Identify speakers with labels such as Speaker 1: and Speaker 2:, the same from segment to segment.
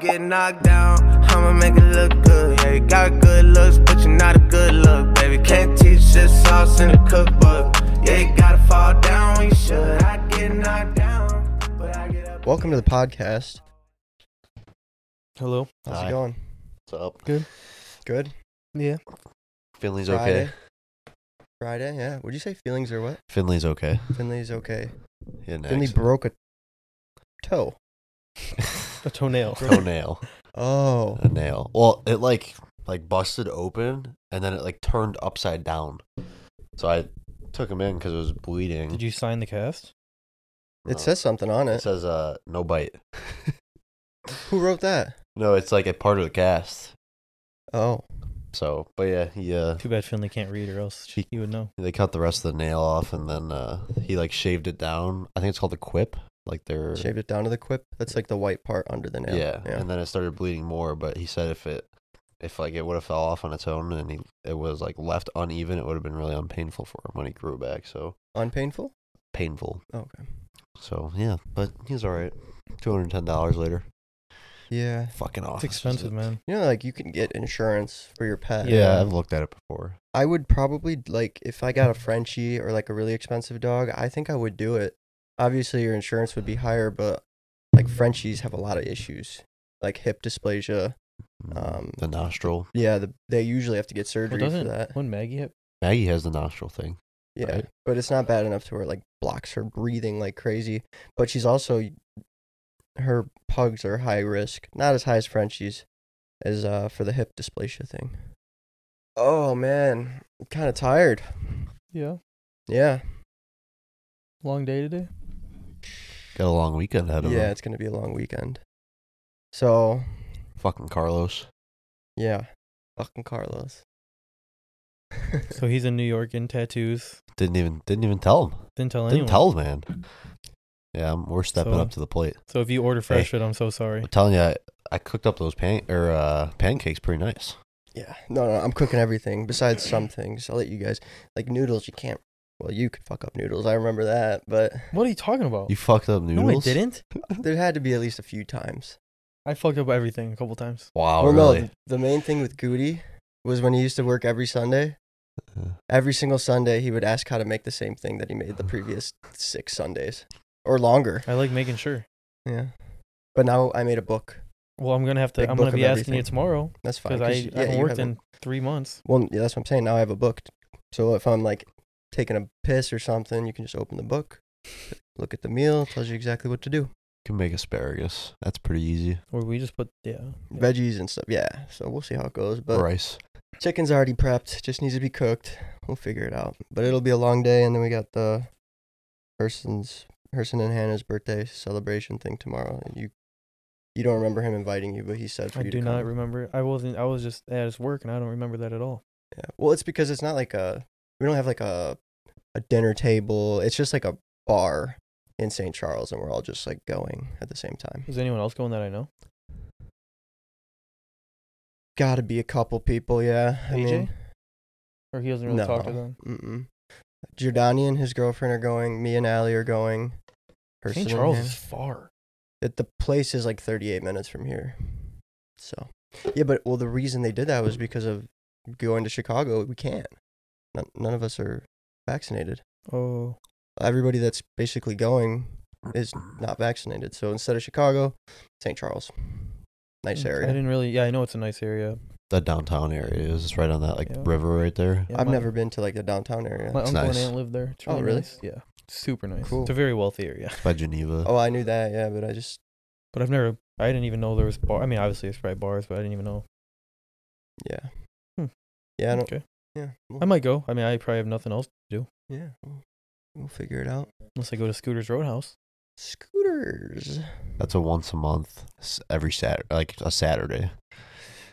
Speaker 1: Get knocked down, I'ma make it look good. Yeah, you got good looks, but you're not a good look, baby. Can't teach this sauce in a cookbook. Yeah, you gotta fall down when you should. I get knocked down, but I get up.
Speaker 2: Welcome to the podcast.
Speaker 3: Hello.
Speaker 2: How's
Speaker 4: Hi.
Speaker 2: it going?
Speaker 4: What's up?
Speaker 2: Good.
Speaker 3: Yeah.
Speaker 4: Finley's
Speaker 2: Friday.
Speaker 4: okay.
Speaker 2: Friday, yeah. Would you say feelings or what?
Speaker 4: Finley's okay.
Speaker 2: Finley's okay.
Speaker 4: He had an
Speaker 2: Finley
Speaker 4: accident.
Speaker 2: broke a toe.
Speaker 3: A toenail.
Speaker 4: toenail.
Speaker 2: Oh,
Speaker 4: A nail. Well, it like like busted open and then it like turned upside down. So I took him in because it was bleeding.
Speaker 3: Did you sign the cast?
Speaker 4: No.
Speaker 2: it says something on
Speaker 4: it
Speaker 2: it.
Speaker 4: says uh no bite.
Speaker 2: Who wrote that?
Speaker 4: No, it's like a part of the cast.
Speaker 2: Oh,
Speaker 4: So, but yeah, he uh
Speaker 3: Too bad Finley can't read, or else
Speaker 4: He-
Speaker 3: he would know.
Speaker 4: they cut the rest of the nail off and then uh he like shaved it down. I think it's called a quip. Like they're
Speaker 2: shaved it down to the quip. That's like the white part under the nail.
Speaker 4: yeah,
Speaker 2: yeah.
Speaker 4: and then it started bleeding more. But he said if it, if like it would have fell off on its own and he it was like left uneven, it would have been really unpainful for him when he grew back. So
Speaker 2: Unpainful.
Speaker 4: painful.
Speaker 2: Okay.
Speaker 4: So yeah, but he's all right. Two hundred ten dollars later.
Speaker 2: Yeah.
Speaker 4: Fucking
Speaker 3: It's
Speaker 4: awesome.
Speaker 3: expensive, man.
Speaker 2: You know, like you can get insurance for your pet.
Speaker 4: Yeah,
Speaker 3: Yeah.
Speaker 4: I've looked at it before.
Speaker 2: I would probably like if I got a Frenchie or like a really expensive dog. I think I would do it. Obviously, your insurance would be higher, but like Frenchies have a lot of issues, like hip dysplasia.
Speaker 3: Uh,
Speaker 2: Um,
Speaker 4: Mm, the nostril.
Speaker 2: Yeah, the, they usually have to get
Speaker 3: Well,
Speaker 2: surgery for
Speaker 3: doesn't
Speaker 2: that.
Speaker 3: when Maggie had
Speaker 4: Maggie has the nostril thing.
Speaker 2: Yeah,
Speaker 4: right?
Speaker 2: but it's not bad enough to where it, like blocks her breathing like crazy. But she's also her pugs are high risk, not as high as Frenchies, as uh for the hip dysplasia thing. Oh man, I'm kind of tired.
Speaker 3: yeah
Speaker 2: Yeah,
Speaker 3: long day today?
Speaker 4: Got a long weekend ahead of
Speaker 2: yeah,
Speaker 4: him.
Speaker 2: it's gonna be a long weekend. So
Speaker 4: Fucking Carlos.
Speaker 2: yeah, fucking Carlos.
Speaker 3: So he's in New York in tattoos.
Speaker 4: Didn't even didn't even tell him.
Speaker 3: Didn't tell anyone.
Speaker 4: Didn't tell him, man. Yeah, I'm- we're stepping
Speaker 3: So-
Speaker 4: up to the plate.
Speaker 3: So if you order fresh food, I'm so sorry.
Speaker 4: I'm telling you, I, I cooked up those pan or uh, pancakes pretty nice.
Speaker 2: Yeah, no, no, I'm cooking everything besides some things. I'll let you guys like noodles. You can't. Well, you could fuck up noodles. I remember that, but
Speaker 3: What are you talking about?
Speaker 4: You fucked up
Speaker 3: no,
Speaker 4: noodles.
Speaker 3: I didn't.
Speaker 2: there had to be at least a few times.
Speaker 3: I fucked up everything a couple times.
Speaker 4: Wow,
Speaker 2: well,
Speaker 4: really?
Speaker 2: no, th- the main thing with Goody was when he used to work every Sunday.
Speaker 3: Uh-huh.
Speaker 4: Uh.
Speaker 2: Every single Sunday, he would ask how to make the same thing that he made the previous six Sundays or longer.
Speaker 3: I like making sure.
Speaker 2: Yeah, but now I made a book.
Speaker 3: Well, I'm gonna have to.
Speaker 2: Big
Speaker 3: I'm
Speaker 2: book
Speaker 3: gonna be
Speaker 2: of
Speaker 3: asking you
Speaker 2: everything.
Speaker 3: tomorrow
Speaker 2: That's fine.
Speaker 3: because
Speaker 2: 'cause
Speaker 3: I,
Speaker 2: you-
Speaker 3: I haven't
Speaker 2: you
Speaker 3: worked
Speaker 2: haven't-
Speaker 3: in three months.
Speaker 2: Well, yeah, that's what I'm saying. Now I have a book, so if I'm like taking a piss or something, you can just open the book, look at the meal, tells you exactly what to do,
Speaker 4: can make asparagus. That's pretty easy.
Speaker 3: Or we just put yeah. yeah.
Speaker 2: veggies and stuff. Yeah, so we'll see how it goes. But
Speaker 4: Rice.
Speaker 2: Chicken's already prepped, just needs to be cooked. We'll figure it out. But it'll be a long day, and then we got the Herson's Herson and Hannah's birthday celebration thing tomorrow. And you you don't remember him inviting you, but he said for
Speaker 3: I
Speaker 2: you
Speaker 3: do
Speaker 2: to
Speaker 3: not
Speaker 2: come.
Speaker 3: remember. I wasn't. I was just at his work, and I don't remember that at all.
Speaker 2: yeah. Well, it's because it's not like a we don't have like a a dinner table. It's just like a bar in St. Charles, and we're all just like going at the same time.
Speaker 3: Is anyone else going that I know?
Speaker 2: Got to be a couple people, yeah. I
Speaker 3: AJ?
Speaker 2: mean,
Speaker 3: Or he doesn't really talk to
Speaker 2: No.
Speaker 3: them.
Speaker 2: mm-mm. Giordani and his girlfriend are going. Me and Allie are going. Herson
Speaker 3: St.
Speaker 2: and
Speaker 3: Charles
Speaker 2: Hannah.
Speaker 3: is far.
Speaker 2: that the place is like 38 minutes from here. So, yeah, but well, the reason they did that was because of going to Chicago. We can't. None, none of us are vaccinated.
Speaker 3: Oh,
Speaker 2: Everybody that's basically going is not vaccinated. So instead of Chicago, St. Charles. Nice
Speaker 3: I
Speaker 2: area.
Speaker 3: didn't really. Yeah, I know it's a nice area.
Speaker 4: The downtown area is right on that like
Speaker 3: Yeah.
Speaker 4: river right there.
Speaker 3: Yeah,
Speaker 2: I've
Speaker 3: my-
Speaker 2: never been to like the downtown area.
Speaker 3: My
Speaker 4: It's
Speaker 3: uncle
Speaker 4: nice.
Speaker 3: and aunt live there. It's
Speaker 2: Oh,
Speaker 3: really
Speaker 2: really?
Speaker 3: nice. Yeah, super nice.
Speaker 2: Cool.
Speaker 3: It's a very wealthy area.
Speaker 4: It's by Geneva.
Speaker 2: Oh, I knew that. Yeah, but I just,
Speaker 3: But I've never. I didn't even know there was bar. I mean, obviously there's probably bars, but I didn't even know.
Speaker 2: yeah.
Speaker 3: Hmm.
Speaker 2: Yeah, I don't.
Speaker 3: okay.
Speaker 2: Yeah. Well,
Speaker 3: I might go. I mean, I probably have nothing else to do
Speaker 2: yeah. We'll, we'll figure it out.
Speaker 3: unless I go to Scooter's Roadhouse.
Speaker 2: Scooters.
Speaker 4: That's a once a month, s- every Saturday, like a Saturday.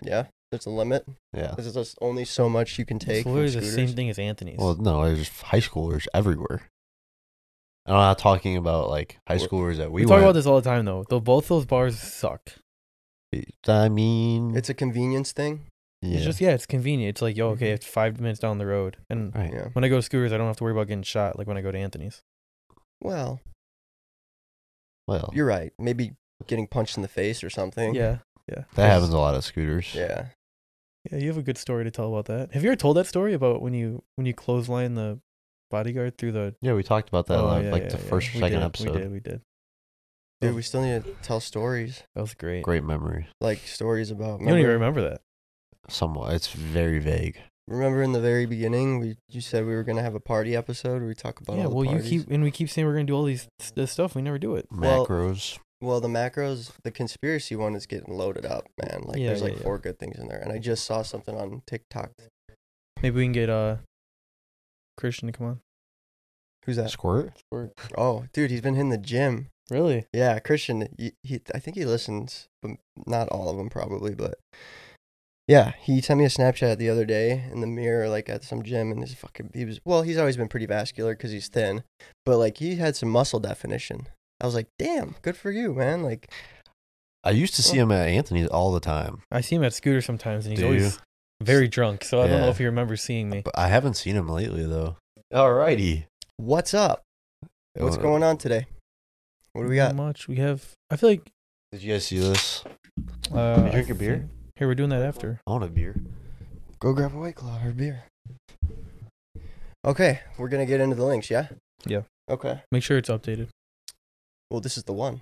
Speaker 2: Yeah. There's a limit.
Speaker 4: Yeah.
Speaker 2: There's just only so much you can take.
Speaker 3: it's
Speaker 2: from
Speaker 3: literally the
Speaker 2: scooters.
Speaker 3: same thing as Anthony's.
Speaker 4: Well, no, there's high schoolers everywhere. And I'm not talking about like high
Speaker 2: We're-
Speaker 4: schoolers that
Speaker 3: we,
Speaker 4: we,
Speaker 3: talk
Speaker 4: went-
Speaker 3: about this all the time, though. Though both those bars suck.
Speaker 4: I mean,
Speaker 2: It's a convenience thing.
Speaker 4: yeah. Mm-hmm.
Speaker 3: It's just yeah, it's convenient. It's like yo, okay, it's five minutes down the road, and
Speaker 4: right.
Speaker 2: Yeah.
Speaker 3: when I go to Scooters, I don't have to worry about getting shot like when I go to Anthony's.
Speaker 2: Well,
Speaker 4: Well,
Speaker 2: you're right. Maybe getting punched in the face or something.
Speaker 3: Yeah. Yeah.
Speaker 4: That happens a lot of scooters.
Speaker 2: Yeah.
Speaker 3: Yeah, you have a good story to tell about that. Have you ever told that story about when you when you clothesline the bodyguard through the
Speaker 4: Yeah, we talked about that
Speaker 3: Oh,
Speaker 4: on
Speaker 3: yeah,
Speaker 4: like
Speaker 3: yeah,
Speaker 4: the
Speaker 3: yeah.
Speaker 4: first or
Speaker 3: We
Speaker 4: second
Speaker 3: did,
Speaker 4: episode.
Speaker 3: We did, we did.
Speaker 2: Dude, we still need to tell stories.
Speaker 3: That was great.
Speaker 4: Great memory.
Speaker 2: Like stories about
Speaker 3: You don't even remember that.
Speaker 4: Somewhat. It's very vague.
Speaker 2: Remember in the very beginning we you said we were gonna have a party episode where we talk about
Speaker 3: yeah,
Speaker 2: all the
Speaker 3: well,
Speaker 2: parties?
Speaker 3: you keep and we keep saying we're gonna do all these this stuff. We never do it.
Speaker 2: Well-
Speaker 4: Macros.
Speaker 2: Well, the macros, the conspiracy one is getting loaded up, man. Like
Speaker 3: Yeah,
Speaker 2: there's
Speaker 3: yeah,
Speaker 2: like
Speaker 3: yeah.
Speaker 2: four good things in there, and I just saw something on TikTok.
Speaker 3: Maybe we can get uh Christian to come on.
Speaker 2: Who's
Speaker 3: uh,
Speaker 2: that?
Speaker 4: Squirt.
Speaker 2: Oh, dude, he's been hitting the gym.
Speaker 3: Really?
Speaker 2: Yeah, Christian. He, he I think he listens, but not all of them probably. But yeah, he sent me a Snapchat the other day in the mirror, like at some gym, and his fucking he was. Well, he's always been pretty vascular because he's thin, but like he had some muscle definition. I was like, damn, good for you, man. Like,
Speaker 4: I used to see him at Anthony's all the time,
Speaker 3: I see him at scooter sometimes, and he's
Speaker 4: Do you?
Speaker 3: always very drunk. So I don't know
Speaker 4: Yeah.
Speaker 3: if he remembers seeing me.
Speaker 4: but I haven't seen him lately though. Alrighty.
Speaker 2: what's up? What's
Speaker 4: Uh,
Speaker 2: going on today? What do we got?
Speaker 3: Not much. We have. I feel like.
Speaker 4: Did you guys see this?
Speaker 3: Uh,
Speaker 4: you drink
Speaker 3: I
Speaker 4: a beer?
Speaker 3: think- Here, we're doing that after.
Speaker 4: I want a beer.
Speaker 2: Go grab a white claw or beer. Okay, we're gonna get into the links, yeah?
Speaker 3: Yeah.
Speaker 2: Okay.
Speaker 3: Make sure it's updated.
Speaker 2: Well, this is the one.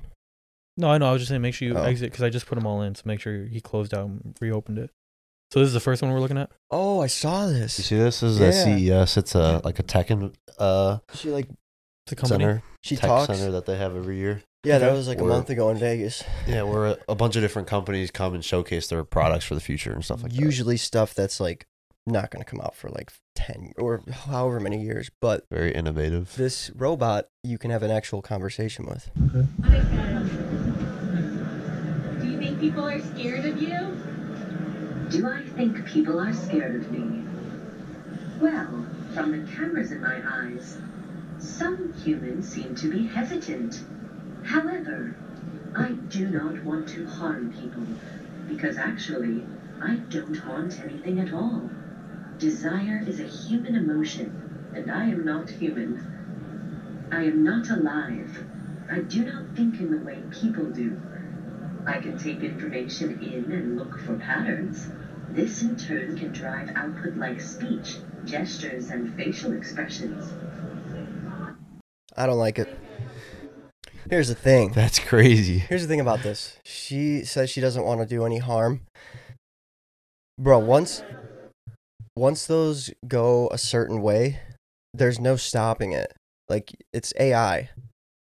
Speaker 3: No, I know. I was just saying, make sure you
Speaker 2: Oh.
Speaker 3: exit because I just put them all in. So make sure he closed out and reopened it. So this is the first one we're looking at.
Speaker 2: Oh, I saw
Speaker 4: You
Speaker 2: this.
Speaker 4: see this? This is
Speaker 2: Yeah.
Speaker 4: at CES. It's a like a tech in- uh
Speaker 2: She like
Speaker 3: It's a company.
Speaker 4: center,
Speaker 2: she
Speaker 4: tech
Speaker 2: talks.
Speaker 4: center that they have every year.
Speaker 2: Yeah, that
Speaker 3: Okay.
Speaker 2: was like a
Speaker 4: Word.
Speaker 2: month ago in Vegas.
Speaker 4: Yeah, where a, a bunch of different companies come and showcase their products for the future and stuff like
Speaker 2: Usually stuff that's like not gonna come out for like ten or however many years. But
Speaker 4: that. Very innovative.
Speaker 2: this robot you can have an actual conversation with.
Speaker 5: Do you think people are scared of you?
Speaker 6: Do I think people are scared of me? Well, from the cameras in my eyes, some humans seem to be hesitant. However, I do not want to harm people, because actually, I don't want anything at all. Desire is a human emotion, and I am not human. I am not alive. I do not think in the way people do. I can take information in and look for patterns. This in turn can drive output like speech, gestures, and facial expressions.
Speaker 2: I don't like it. Here's the thing.
Speaker 4: That's crazy.
Speaker 2: Here's the thing about this. She says she doesn't want to do any harm. Bro, once once those go a certain way, there's no stopping it. Like it's AI,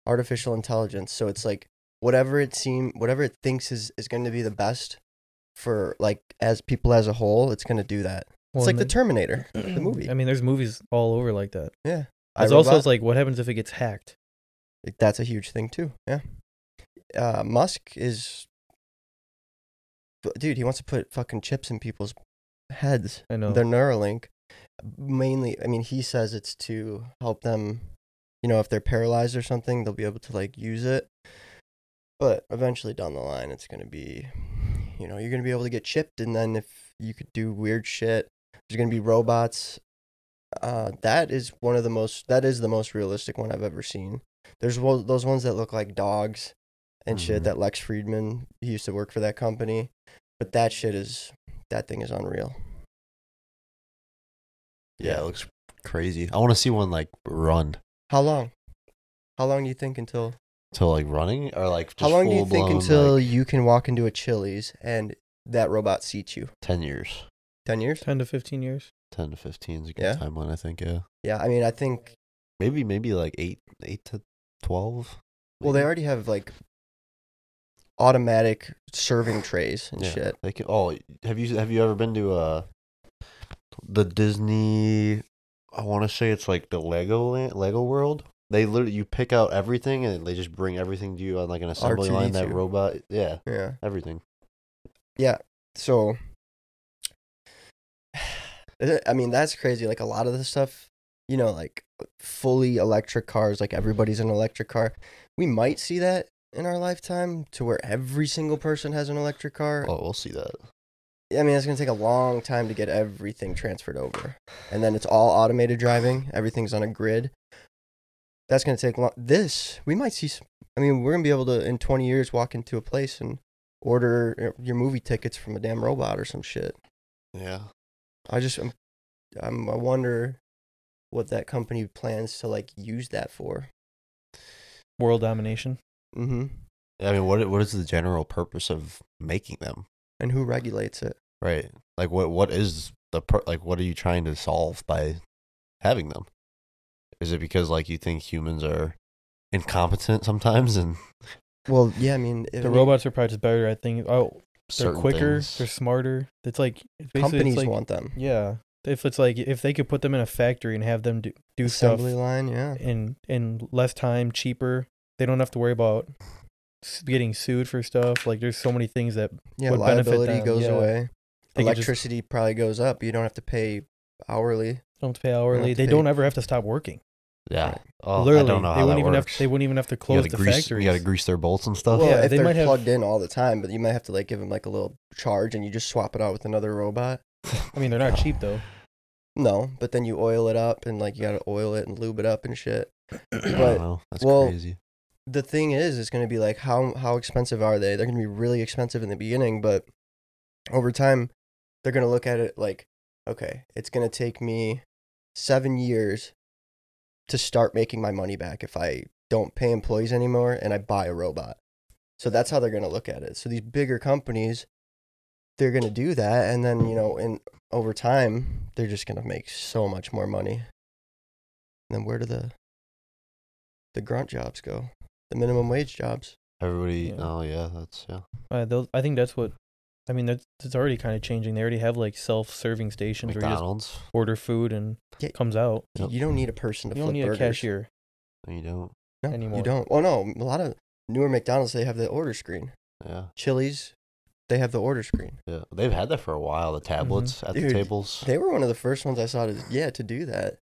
Speaker 2: artificial intelligence. So it's like whatever it seem whatever it thinks is is going to be the best for like as people as a whole, it's going to do that.
Speaker 3: Well,
Speaker 2: it's like
Speaker 3: and
Speaker 2: the
Speaker 3: then-
Speaker 2: Terminator, the movie.
Speaker 3: I mean, there's movies all over like that.
Speaker 2: yeah.
Speaker 3: It's also
Speaker 2: iRobot.
Speaker 3: it's like, what happens if it gets hacked?
Speaker 2: Like, that's a huge thing too. Yeah. Uh, Musk is, But, dude. He wants to put fucking chips in people's heads.
Speaker 3: I know.
Speaker 2: Their Neuralink, mainly. I mean, he says it's to help them. You know, if they're paralyzed or something, they'll be able to like use it. But eventually, down the line, it's gonna be, you know, you're gonna be able to get chipped, and then if you could do weird shit, there's gonna be robots. Uh, that is one of the most. That is the most realistic one I've ever seen. There's wo- those ones that look like dogs and shit
Speaker 3: Mm-hmm.
Speaker 4: Mhm.
Speaker 2: that Lex Friedman he used to work for that company, but that shit is that thing is unreal.
Speaker 4: Yeah, it looks crazy. I want to see one like run
Speaker 2: How long? How long do you think until
Speaker 4: till like running or like. Just
Speaker 2: How long do you think
Speaker 4: full-blown,
Speaker 2: until
Speaker 4: like,
Speaker 2: you can walk into a Chili's and that robot seats you?
Speaker 4: ten years?
Speaker 2: 10 years?
Speaker 3: Ten to fifteen years.
Speaker 4: Ten to fifteen is a good
Speaker 2: Yeah.
Speaker 4: timeline, I think. Yeah,
Speaker 2: Yeah, I mean I think
Speaker 4: maybe maybe like eight eight to twelve.
Speaker 2: well they
Speaker 4: maybe.
Speaker 2: already have like automatic serving trays and
Speaker 4: Yeah,
Speaker 2: shit.
Speaker 4: They can, oh, have you have you ever been to uh the Disney? I want to say it's like the Lego Land, Lego World. They literally you pick out everything and they just bring everything to you on like an assembly line. That
Speaker 2: R2D2.
Speaker 4: robot, yeah,
Speaker 2: Yeah.
Speaker 4: everything.
Speaker 2: so i mean that's crazy like a lot of the stuff you know like fully electric cars like everybody's an electric car we might see that in our lifetime to where every single person has an electric car
Speaker 4: Oh, we'll see that.
Speaker 2: i mean it's going to take a long time to get everything transferred over and then it's all automated driving everything's on a grid that's going to take long this we might see some, i mean we're going to be able to in 20 years walk into a place and order uh, your movie tickets from a damn robot or some shit.
Speaker 4: Yeah.
Speaker 2: I just I'm, I'm I wonder what that company plans to like use that for.
Speaker 3: World domination.
Speaker 2: Mm-hmm.
Speaker 4: I mean, what what is the general purpose of making them?
Speaker 2: And who regulates it?
Speaker 4: Right. Like what what is the per- like what are you trying to solve by having them? Is it because like you think humans are incompetent sometimes and
Speaker 2: Well, yeah, I mean,
Speaker 3: The robots are probably just better at things. Oh, they're
Speaker 4: certain
Speaker 3: quicker.
Speaker 4: things-
Speaker 3: They're smarter. It's like it's basically- it's
Speaker 2: companies
Speaker 3: like-
Speaker 2: want them.
Speaker 3: Yeah. If it's like if they could put them in a factory and have them do, do stuff
Speaker 2: Assembly line, yeah.
Speaker 3: in in less time, cheaper, they don't have to worry about s- getting sued for stuff. Like there's so many things that
Speaker 2: Yeah,
Speaker 3: would benefit
Speaker 2: liability
Speaker 3: them,
Speaker 2: goes
Speaker 3: yeah.
Speaker 2: away.
Speaker 3: They could just-
Speaker 2: Electricity probably goes up. You don't have to pay hourly.
Speaker 3: don't have to pay hourly.
Speaker 2: have to
Speaker 3: they
Speaker 2: pay-
Speaker 3: don't ever have to stop working.
Speaker 4: Yeah. Oh,
Speaker 3: Literally,
Speaker 4: I don't know
Speaker 3: they
Speaker 4: how
Speaker 3: wouldn't
Speaker 4: that
Speaker 3: even
Speaker 4: works.
Speaker 3: have to, they wouldn't even have to
Speaker 4: you
Speaker 3: close
Speaker 4: gotta
Speaker 3: the
Speaker 4: grease,
Speaker 3: factories.
Speaker 4: You got to grease their bolts and stuff.
Speaker 2: Well,
Speaker 3: Yeah,
Speaker 2: if
Speaker 3: they
Speaker 2: they are
Speaker 3: might have-
Speaker 2: plugged in all the time, but you might have to like give them like a little charge, and you just swap it out with another robot.
Speaker 3: I mean, they're not cheap though.
Speaker 2: No, but then you oil it up, and like you gotta oil it and lube it up and shit.
Speaker 4: I don't
Speaker 2: but-
Speaker 4: know. That's
Speaker 2: well,
Speaker 4: crazy.
Speaker 2: the thing is, it's going to be like how how expensive are they? They're going to be really expensive in the beginning, but over time, they're going to look at it like, okay, it's going to take me seven years to start making my money back if I don't pay employees anymore and I buy a robot. So that's how they're going to look at it. So these bigger companies, they're going to do that, and then you know, and over time, they're just going to make so much more money. And then where do the the grunt jobs go? the minimum wage jobs.
Speaker 4: Everybody.
Speaker 3: Yeah.
Speaker 4: Oh yeah, that's yeah.
Speaker 3: Uh, those, I think that's what. I mean, that's it's already kind of changing. They already have like self-serving stations where you just
Speaker 4: McDonald's.
Speaker 3: order food and
Speaker 2: Yeah.
Speaker 3: it comes out.
Speaker 2: Y-
Speaker 4: Yep.
Speaker 2: You don't need a person to
Speaker 3: You don't
Speaker 2: flip
Speaker 3: need
Speaker 2: burgers.
Speaker 3: a cashier.
Speaker 4: No, you don't.
Speaker 2: No,
Speaker 3: anymore.
Speaker 2: You don't. Well, no, a lot of newer McDonald's they have the order screen.
Speaker 4: Yeah,
Speaker 2: Chili's, they have the order screen.
Speaker 4: yeah. They've had that for a while. The
Speaker 3: Mm-hmm.
Speaker 4: tablets at
Speaker 2: Dude,
Speaker 4: the tables. They,
Speaker 2: They were one of the first ones I saw to yeah to do that.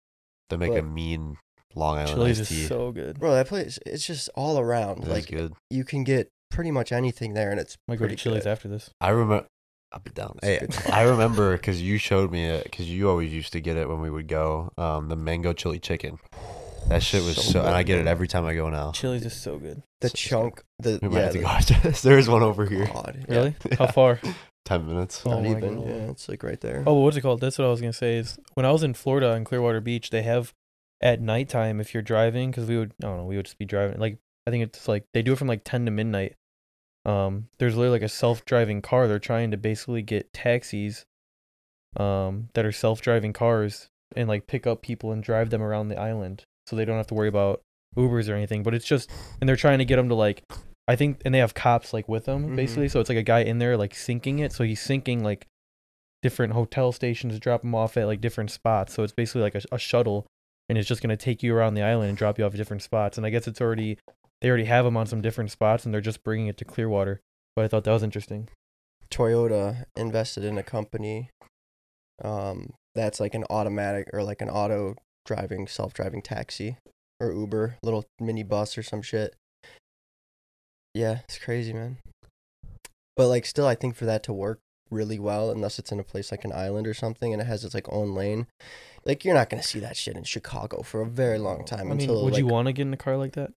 Speaker 4: make a
Speaker 2: but-
Speaker 4: mean Long Island
Speaker 3: Chili's
Speaker 4: iced tea.
Speaker 3: is so good.
Speaker 2: Bro, that place it's just all around.
Speaker 4: It is
Speaker 2: like
Speaker 4: good.
Speaker 2: you can get pretty much anything there, and it's
Speaker 3: I might go
Speaker 2: pretty
Speaker 3: to Chili's
Speaker 2: good.
Speaker 3: after this.
Speaker 4: I remember. I'll be down. Hey,
Speaker 2: It's
Speaker 4: I remember because you showed me it because you always used to get it when we would go. Um, the mango chili chicken. That shit was so, and I get it
Speaker 2: good.
Speaker 4: every time I go now.
Speaker 3: Chili's is so good.
Speaker 2: The
Speaker 4: So- so-
Speaker 2: chunk, the
Speaker 4: We might
Speaker 2: yeah,
Speaker 4: have to
Speaker 2: the-
Speaker 4: go after this. There is one over here.
Speaker 2: God, yeah.
Speaker 3: Really? How far?
Speaker 4: Ten minutes.
Speaker 3: Oh
Speaker 2: Not
Speaker 3: my
Speaker 2: even.
Speaker 3: God.
Speaker 2: Yeah, it's like right there.
Speaker 3: Oh, what's it called? That's what I was gonna say. Is when I was in Florida in Clearwater Beach, they have at nighttime if you're driving, because we would I don't know, we would just be driving. Like I think it's like they do it from like ten to midnight. Um, there's literally like a self-driving car. They're trying to basically get taxis, um, that are self-driving cars and like pick up people and drive them around the island, so they don't have to worry about Ubers or anything. But it's just and they're trying to get them to like. I think, and they have cops like with them
Speaker 2: Mhm.
Speaker 3: basically. So it's like a guy in there like sinking it. So he's sinking like different hotel stations to drop them off at like different spots. So it's basically like a, a shuttle, and it's just gonna take you around the island and drop you off at different spots. And I guess it's already they already have them on some different spots, and they're just bringing it to Clearwater. But I thought that was interesting.
Speaker 2: Toyota invested in a company um, that's like an automatic or like an auto driving, self driving taxi or Uber, little mini bus or some shit. Yeah, it's crazy, man. But like, still, I think for that to work really well, unless it's in a place like an island or something and it has its like own lane, like you're not gonna see that shit in Chicago for a very long time
Speaker 3: I mean,
Speaker 2: until
Speaker 3: would
Speaker 2: like,
Speaker 3: you want to get in a car like that?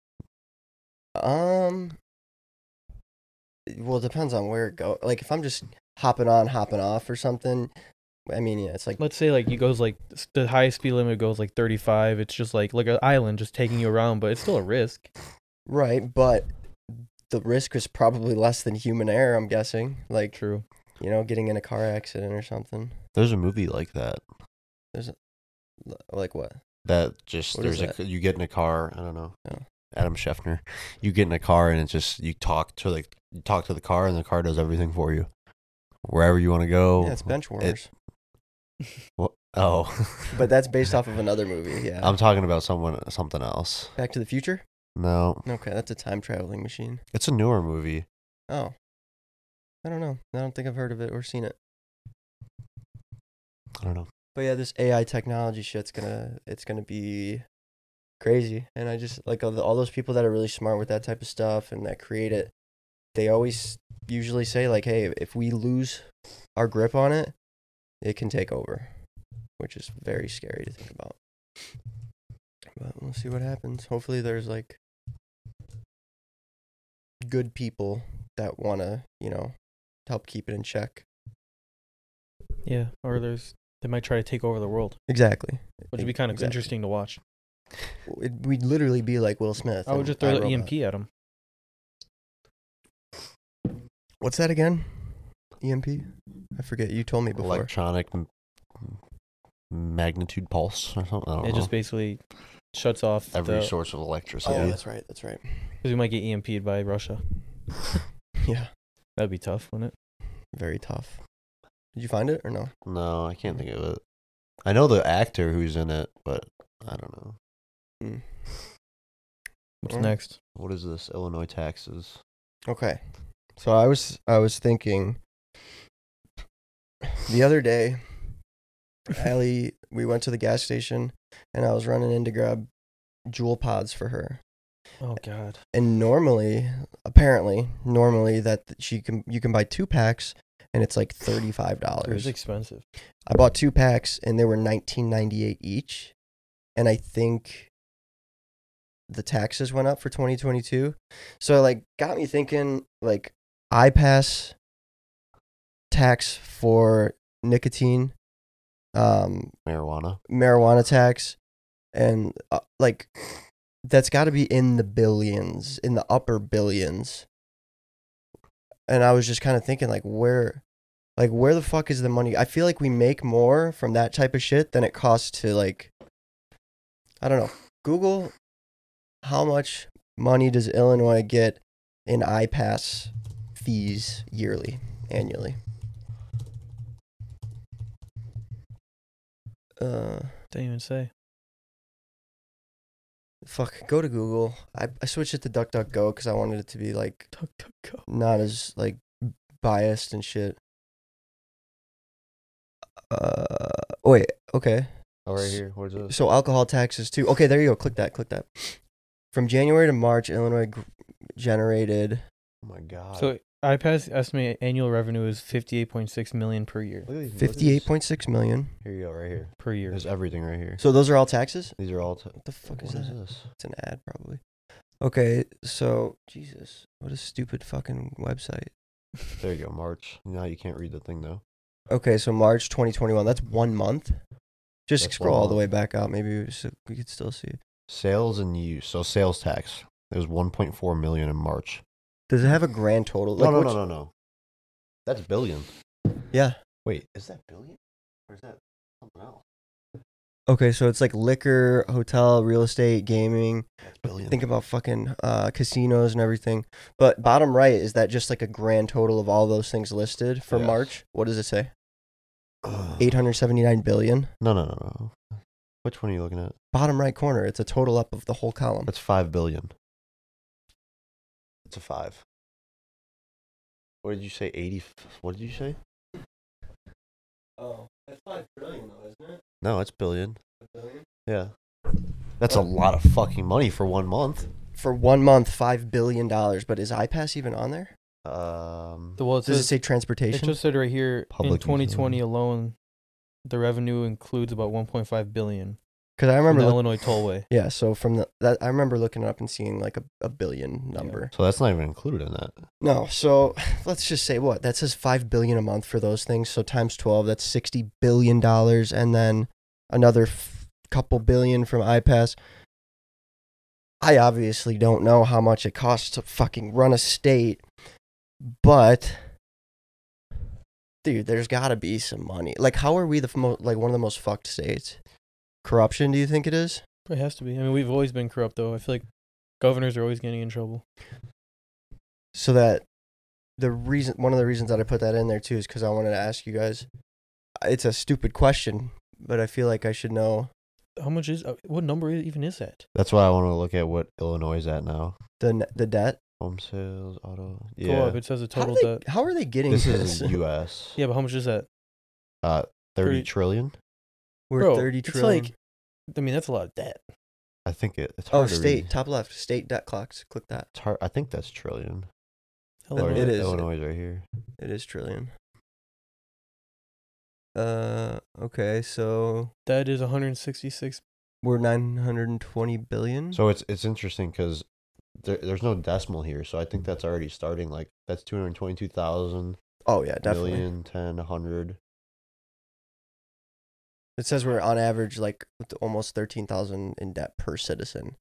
Speaker 2: um. Well, it depends on where it go. Like if I'm just hopping on, hopping off, or something. I mean, yeah, it's like
Speaker 3: Let's say like you goes like s- the highest speed limit goes like 35. It's just like like an island just taking you around, but it's still a risk.
Speaker 2: right, but the risk was probably less than human error. I'm guessing, like
Speaker 3: True.
Speaker 2: you know, getting in a car accident or something.
Speaker 4: There's a movie like that.
Speaker 2: L- Like what?
Speaker 4: That just
Speaker 2: What is
Speaker 4: there's a you get in a car. I don't know.
Speaker 2: Oh.
Speaker 4: Adam Scheffner. You get in a car and it's just you talk to the you talk to the car and the car does everything for you. Wherever you want to go.
Speaker 2: yeah, it's bench warmers,
Speaker 4: Wha- Oh,
Speaker 2: but that's based off of another movie. Yeah,
Speaker 4: I'm talking about someone something else.
Speaker 2: Back to the Future.
Speaker 4: No,
Speaker 2: Okay, that's a time traveling machine.
Speaker 4: it's a newer movie.
Speaker 2: Oh, I don't know. I don't think I've heard of it or seen it.
Speaker 4: I don't know.
Speaker 2: But yeah, this AI technology shit's gonna it's gonna be crazy. And I just like all, the, all those people that are really smart with that type of stuff and that create it, they always usually say like, "Hey, if we lose our grip on it, it can take over," which is very scary to think about. But we'll see what happens. Hopefully, there's like good people that want to, you know, help keep it in check.
Speaker 3: Yeah, or there's they might try to take over the world,
Speaker 2: Exactly.
Speaker 3: which would be kind of
Speaker 2: Exactly.
Speaker 3: interesting to watch.
Speaker 2: It, we'd literally be like Will Smith.
Speaker 3: I would
Speaker 2: and
Speaker 3: just throw the E
Speaker 2: iRobot.
Speaker 3: EMP at them.
Speaker 2: What's that again? EMP? I forget. You told me before.
Speaker 4: Electronic m- magnitude pulse or something. I don't
Speaker 3: It
Speaker 4: know.
Speaker 3: just basically shuts off
Speaker 4: Every
Speaker 3: the-
Speaker 4: source of electricity.
Speaker 2: oh, that's right. That's right.
Speaker 3: 'cause we might get EMP'd by Russia.
Speaker 2: Yeah.
Speaker 3: That'd be tough, wouldn't
Speaker 2: Very tough. Did you find it or no?
Speaker 4: No, I can't think of it. I know the actor who's in it, but I don't know.
Speaker 2: Hmm.
Speaker 3: it? What's
Speaker 2: Mm.
Speaker 3: next?
Speaker 4: What is this? Illinois taxes.
Speaker 2: Okay. So I was I was thinking the other day, Allie, we went to the gas station and I was running in to grab jewel pods for her.
Speaker 3: Oh God.
Speaker 2: And normally, apparently, normally that th- she can you can buy two packs and it's like
Speaker 3: It was
Speaker 2: $35.
Speaker 3: expensive.
Speaker 2: I bought two packs and they were 19.98 each. And I think the taxes went up for 2022. So like got me thinking like I pass tax for nicotine um
Speaker 4: Marijuana.
Speaker 2: marijuana tax and uh, like that's got to be in the billions in the upper billions and i was just kind of thinking like where like where the fuck is the money i feel like we make more from that type of shit than it costs to like i don't know google how much money does illinois get in ipass fees yearly annually uh
Speaker 3: Didn't even say.
Speaker 2: Fuck, go to Google. I, I switched it to DuckDuckGo because I wanted it to be like
Speaker 3: Duck, duck, go.
Speaker 2: not as like biased and shit. Uh, wait, okay.
Speaker 4: Oh,
Speaker 2: right
Speaker 4: right
Speaker 2: S-
Speaker 4: here. What is this?
Speaker 2: So alcohol taxes too. Okay, there you go. Click that. Click that. From January to March, Illinois gr- generated.
Speaker 4: Oh my god.
Speaker 3: So iPad's estimate annual revenue is fifty-eight point six million per year.
Speaker 4: Look at these
Speaker 2: Fifty-eight
Speaker 4: numbers.
Speaker 2: point six million.
Speaker 4: Here you go, right here.
Speaker 3: Per year.
Speaker 4: There's everything right here.
Speaker 2: So those are all taxes.
Speaker 4: These are all. T-
Speaker 2: What the fuck
Speaker 4: what
Speaker 2: is
Speaker 4: is
Speaker 2: that?
Speaker 4: this?
Speaker 2: It's an ad, probably. Okay, so Jesus, what a stupid fucking website.
Speaker 4: There you go. March. Now you can't read the thing though.
Speaker 2: Okay, so March 2021. That's one month. Just
Speaker 4: That's one
Speaker 2: scroll all the
Speaker 4: month.
Speaker 2: way back out. Maybe we, s we could still see. it.
Speaker 4: Sales and use. So sales tax. It was 1.4 million in March.
Speaker 2: Does it have a grand total?
Speaker 4: no, no,
Speaker 2: which-
Speaker 4: no, no, no. That's billion.
Speaker 2: Yeah.
Speaker 4: Wait, is that billion? Or is that something else?
Speaker 2: Okay, so it's like liquor, hotel, real estate, gaming.
Speaker 4: That's billion.
Speaker 2: Think about fucking uh, casinos and everything. But bottom right, is that just like a grand total of all those things listed for
Speaker 4: Yes.
Speaker 2: March? What does it say?
Speaker 4: Ugh.
Speaker 2: 879 billion.
Speaker 4: No, no, no, no. Which one are you looking at?
Speaker 2: Bottom right corner, it's a total up of the whole column.
Speaker 4: That's five billion. It's a five. What did you say? Eighty. f- What did you say?
Speaker 2: Oh, that's 5 trillion though, isn't it?
Speaker 4: No, it's billion.
Speaker 2: A billion?
Speaker 4: Yeah. That's a lot of fucking money for one month.
Speaker 2: For one month, $5 billion. But is iPass even on there?
Speaker 4: Um.
Speaker 3: The- well, it
Speaker 2: Does it
Speaker 3: says-
Speaker 2: say
Speaker 3: It
Speaker 2: transportation?
Speaker 3: just said right here in
Speaker 4: Public
Speaker 3: 2020
Speaker 4: utility.
Speaker 3: alone, the revenue includes about 1.5 billion.
Speaker 2: Because I
Speaker 3: from
Speaker 2: remember,
Speaker 3: the
Speaker 2: look-
Speaker 3: Illinois Tollway.
Speaker 2: yeah. So from the that I remember looking it up and seeing like a, a billion number.
Speaker 4: So that's not even included in that.
Speaker 2: No, so let's just say what that says five billion a month for those things. So times twelve, that's sixty billion dollars, and then another f- couple billion from iPass. I obviously don't know how much it costs to fucking run a state, but dude, there's got to be some money. Like, how are we the f- mo- like one of the most fucked states? Corruption? Do you think it is?
Speaker 3: It has to be. I mean, we've always been corrupt, though. I feel like governors are always getting in trouble.
Speaker 2: so that the reason one of the reasons that I put that in there too is because I wanted to ask you guys. It's a stupid question, but I feel like I should know
Speaker 3: How much is uh, what number i- even is that?
Speaker 4: That's why I want to look at what Illinois is at now.
Speaker 2: the n- the debt.
Speaker 4: Home sales, auto.
Speaker 3: Go up.
Speaker 4: Yeah.
Speaker 3: It says a
Speaker 2: How, do
Speaker 3: total
Speaker 2: they,
Speaker 3: debt.
Speaker 2: how are they getting
Speaker 4: This
Speaker 2: this?
Speaker 4: is U.S.
Speaker 3: Yeah, but how much is that?
Speaker 4: Uh,
Speaker 3: Pretty-
Speaker 4: thirty trillion.
Speaker 2: We're
Speaker 3: Bro,
Speaker 2: thirty
Speaker 3: it's
Speaker 2: trillion.
Speaker 3: like- I mean, that's a lot of debt.
Speaker 4: I think it. It's hard
Speaker 2: oh,
Speaker 4: to
Speaker 2: state
Speaker 4: read.
Speaker 2: top left state debt clocks. Click that.
Speaker 4: It's hard. I think that's trillion.
Speaker 3: Hell
Speaker 4: Or
Speaker 2: It is.
Speaker 4: Illinois right here.
Speaker 2: It is trillion. Uh, okay, so
Speaker 3: That is 166.
Speaker 2: we're nine hundred and twenty billion.
Speaker 4: So it's it's interesting because there, there's no decimal here, so I think that's already starting like that's 222,000
Speaker 2: Oh yeah, definitely.
Speaker 4: million, 10, 100.
Speaker 2: It says we're on average like with almost thirteen thousand in debt per citizen,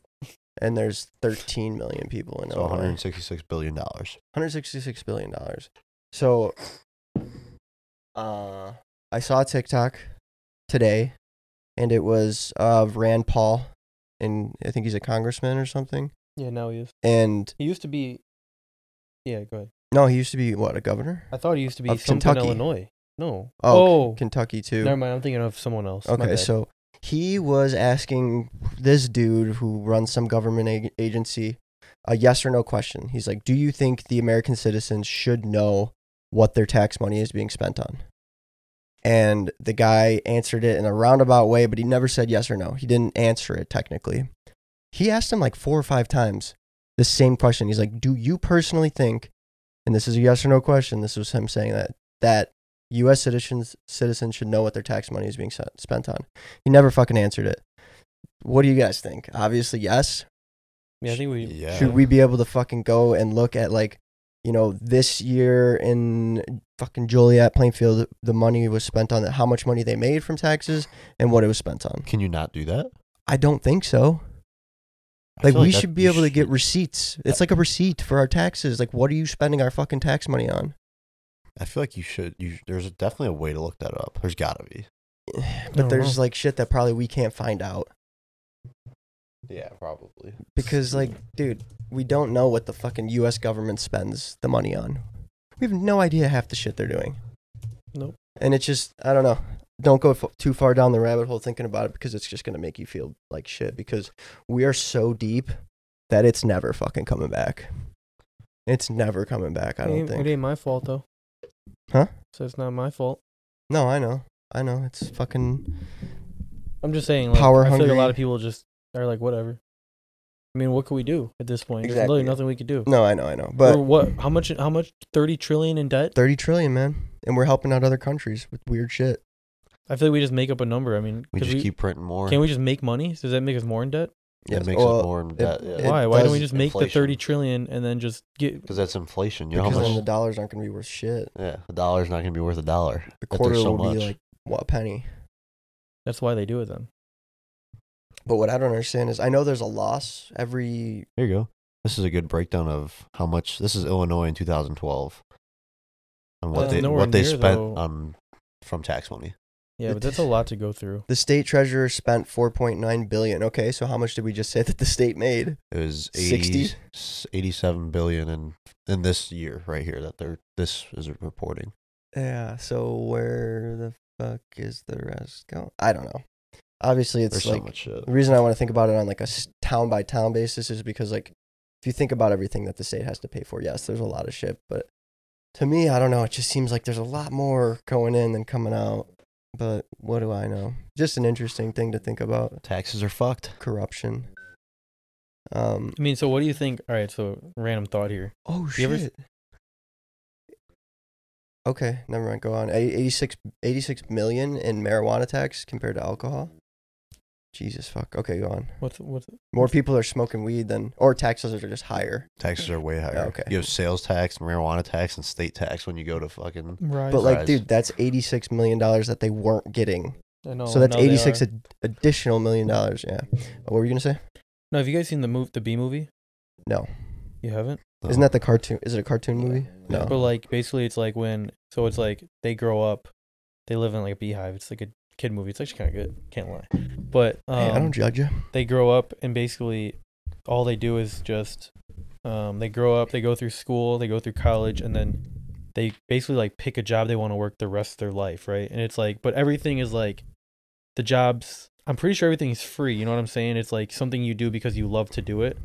Speaker 2: and there's thirteen million people in
Speaker 4: So
Speaker 2: Illinois.
Speaker 4: 166 billion dollars.
Speaker 2: Hundred sixty-six billion dollars. So, uh, I saw a TikTok today, and it was of Rand Paul, and I think he's a congressman or something.
Speaker 3: Yeah, now he is.
Speaker 2: And
Speaker 3: He used to be. Yeah, go ahead.
Speaker 2: no, he used to be what a governor.
Speaker 3: I thought he used to be
Speaker 2: Of
Speaker 3: something
Speaker 2: Kentucky.
Speaker 3: Illinois. No.
Speaker 2: Oh,
Speaker 3: Oh,
Speaker 2: Kentucky too.
Speaker 3: never mind. I'm thinking of someone else. My
Speaker 2: Okay,
Speaker 3: bad.
Speaker 2: so he was asking this dude who runs some government ag- agency a yes or no question. He's like, "Do you think the American citizens should know what their tax money is being spent on?" And the guy answered it in a roundabout way, but he never said yes or no. He didn't answer it technically. He asked him like four or five times the same question. He's like, "Do you personally think?" And this is a yes or no question. This was him saying that that U.S. citizens citizens should know what their tax money is being se- spent on. He never fucking answered it. What do you guys think? Obviously, yes.
Speaker 3: yeah, I think we.
Speaker 4: Yeah.
Speaker 2: Should we be able to fucking go and look at like, you know, this year in fucking Joliet, Plainfield, the money was spent on how much money they made from taxes and what it was spent on?
Speaker 4: Can you not do that?
Speaker 2: I don't think so.
Speaker 4: I
Speaker 2: Like
Speaker 4: feel
Speaker 2: we
Speaker 4: that-
Speaker 2: should be
Speaker 4: you
Speaker 2: able to get
Speaker 4: should-
Speaker 2: receipts. It's like a receipt for our taxes. Like what are you spending our fucking tax money on?
Speaker 4: I feel like you should. You sh- there's definitely a way to look that up. There's gotta be.
Speaker 2: But there's like shit that probably we can't find out.
Speaker 4: Yeah, probably.
Speaker 2: because like dude we don't know what the fucking us government spends the money on we have no idea half the shit they're doing
Speaker 3: Nope.
Speaker 2: and it's just i don't know don't go f- too far down the rabbit hole thinking about it because it's just going to make you feel like shit because we are so deep that it's never fucking coming back it's never coming back i
Speaker 3: it,
Speaker 2: don't
Speaker 3: ain't, it
Speaker 2: think
Speaker 3: ain't my fault though.
Speaker 2: Huh?
Speaker 3: So it's not my fault.
Speaker 2: no i know i know it's fucking
Speaker 3: I'm just saying. Like,
Speaker 2: Power
Speaker 3: I feel like a lot
Speaker 2: hungry.
Speaker 3: of people just are like, whatever. I mean, what can we do at this point? There's
Speaker 2: Exactly.
Speaker 3: literally nothing we could do.
Speaker 2: no i know i know but
Speaker 3: We're what? How much? How much? Thirty trillion in debt.
Speaker 2: 30 trillion man and we're helping out other countries with weird shit
Speaker 3: I feel like we just make up a number. I mean,
Speaker 4: We
Speaker 3: 'cause
Speaker 4: just keep printing more.
Speaker 3: Can we just make money? Does that make us more in debt?
Speaker 4: Yeah,
Speaker 2: Yes,
Speaker 4: it makes
Speaker 2: well,
Speaker 4: it more in
Speaker 2: it-
Speaker 4: debt.
Speaker 2: It
Speaker 3: Why? Why don't we
Speaker 2: does-
Speaker 3: just make the thirty trillion and then just get?
Speaker 4: Because that's inflation. You know how
Speaker 2: because then the
Speaker 4: much?
Speaker 2: dollars aren't going to be worth shit
Speaker 4: yeah, a dollar's not gonna be worth a dollar.
Speaker 2: the
Speaker 4: if there's
Speaker 2: quarter
Speaker 4: so
Speaker 2: will be
Speaker 4: much.
Speaker 2: like what a penny.
Speaker 3: That's why they do it then.
Speaker 2: But what I don't understand is I know there's a loss every
Speaker 4: Here you go. This is a good breakdown of how much. This is Illinois in 2012, and what
Speaker 3: That's
Speaker 4: they
Speaker 3: Uh, nowhere
Speaker 4: what they
Speaker 3: near,
Speaker 4: spent
Speaker 3: though.
Speaker 4: on from tax money.
Speaker 3: Yeah,
Speaker 2: The
Speaker 3: but that's
Speaker 2: t-
Speaker 3: a lot to go through.
Speaker 2: the state treasurer spent 4.9 billion. Okay, so how much did we just say that the state made?
Speaker 4: It was
Speaker 2: 60?
Speaker 4: 80, 87 billion in in this year right here that they're this is reporting.
Speaker 2: Yeah, so where the fuck is the rest going? I don't know. Obviously, it's
Speaker 4: There's
Speaker 2: like
Speaker 4: so much shit.
Speaker 2: the reason I want to think about it on like a town by town basis is because like if you think about everything that the state has to pay for, yes, there's a lot of shit, but to me, I don't know. It just seems like there's a lot more going in than coming out. But what do I know? Just an interesting thing to think about.
Speaker 4: Taxes are fucked.
Speaker 2: corruption. Um.
Speaker 3: I mean, so what do you think? All right, so random thought here.
Speaker 2: Oh
Speaker 3: You ever-
Speaker 2: shit. Okay, never mind. Go on. Eight- 86, 86 million in marijuana tax compared to alcohol. Jesus fuck. Okay, go on.
Speaker 3: What's what's
Speaker 2: More people are smoking weed than, or taxes are just higher.
Speaker 4: Taxes are way higher.
Speaker 2: okay.
Speaker 4: You have sales tax, marijuana tax, and state tax when you go to fucking.
Speaker 3: right?
Speaker 2: But like,
Speaker 4: Rise.
Speaker 2: dude, that's eighty six million dollars that they weren't getting.
Speaker 3: I know,
Speaker 2: so that's
Speaker 3: I know Oh, they
Speaker 2: eighty six
Speaker 3: are.
Speaker 2: ad- additional million dollars. Yeah. What were you gonna say?
Speaker 3: no, have you guys seen the move the B movie?
Speaker 2: No.
Speaker 3: You haven't.
Speaker 2: Isn't that the cartoon? Is it a cartoon movie? No.
Speaker 3: But like basically it's like when so it's like they grow up, they live in like a beehive. It's like a kid movie. It's actually kind of good. Can't lie. But um,
Speaker 2: hey, I don't judge you.
Speaker 3: they grow up and basically all they do is just um, they grow up, they go through school, they go through college, and then they basically like pick a job they want to work the rest of their life, right? And it's like, but everything is like the jobs. I'm pretty sure everything is free. You know what I'm saying? It's like something you do because you love to do it.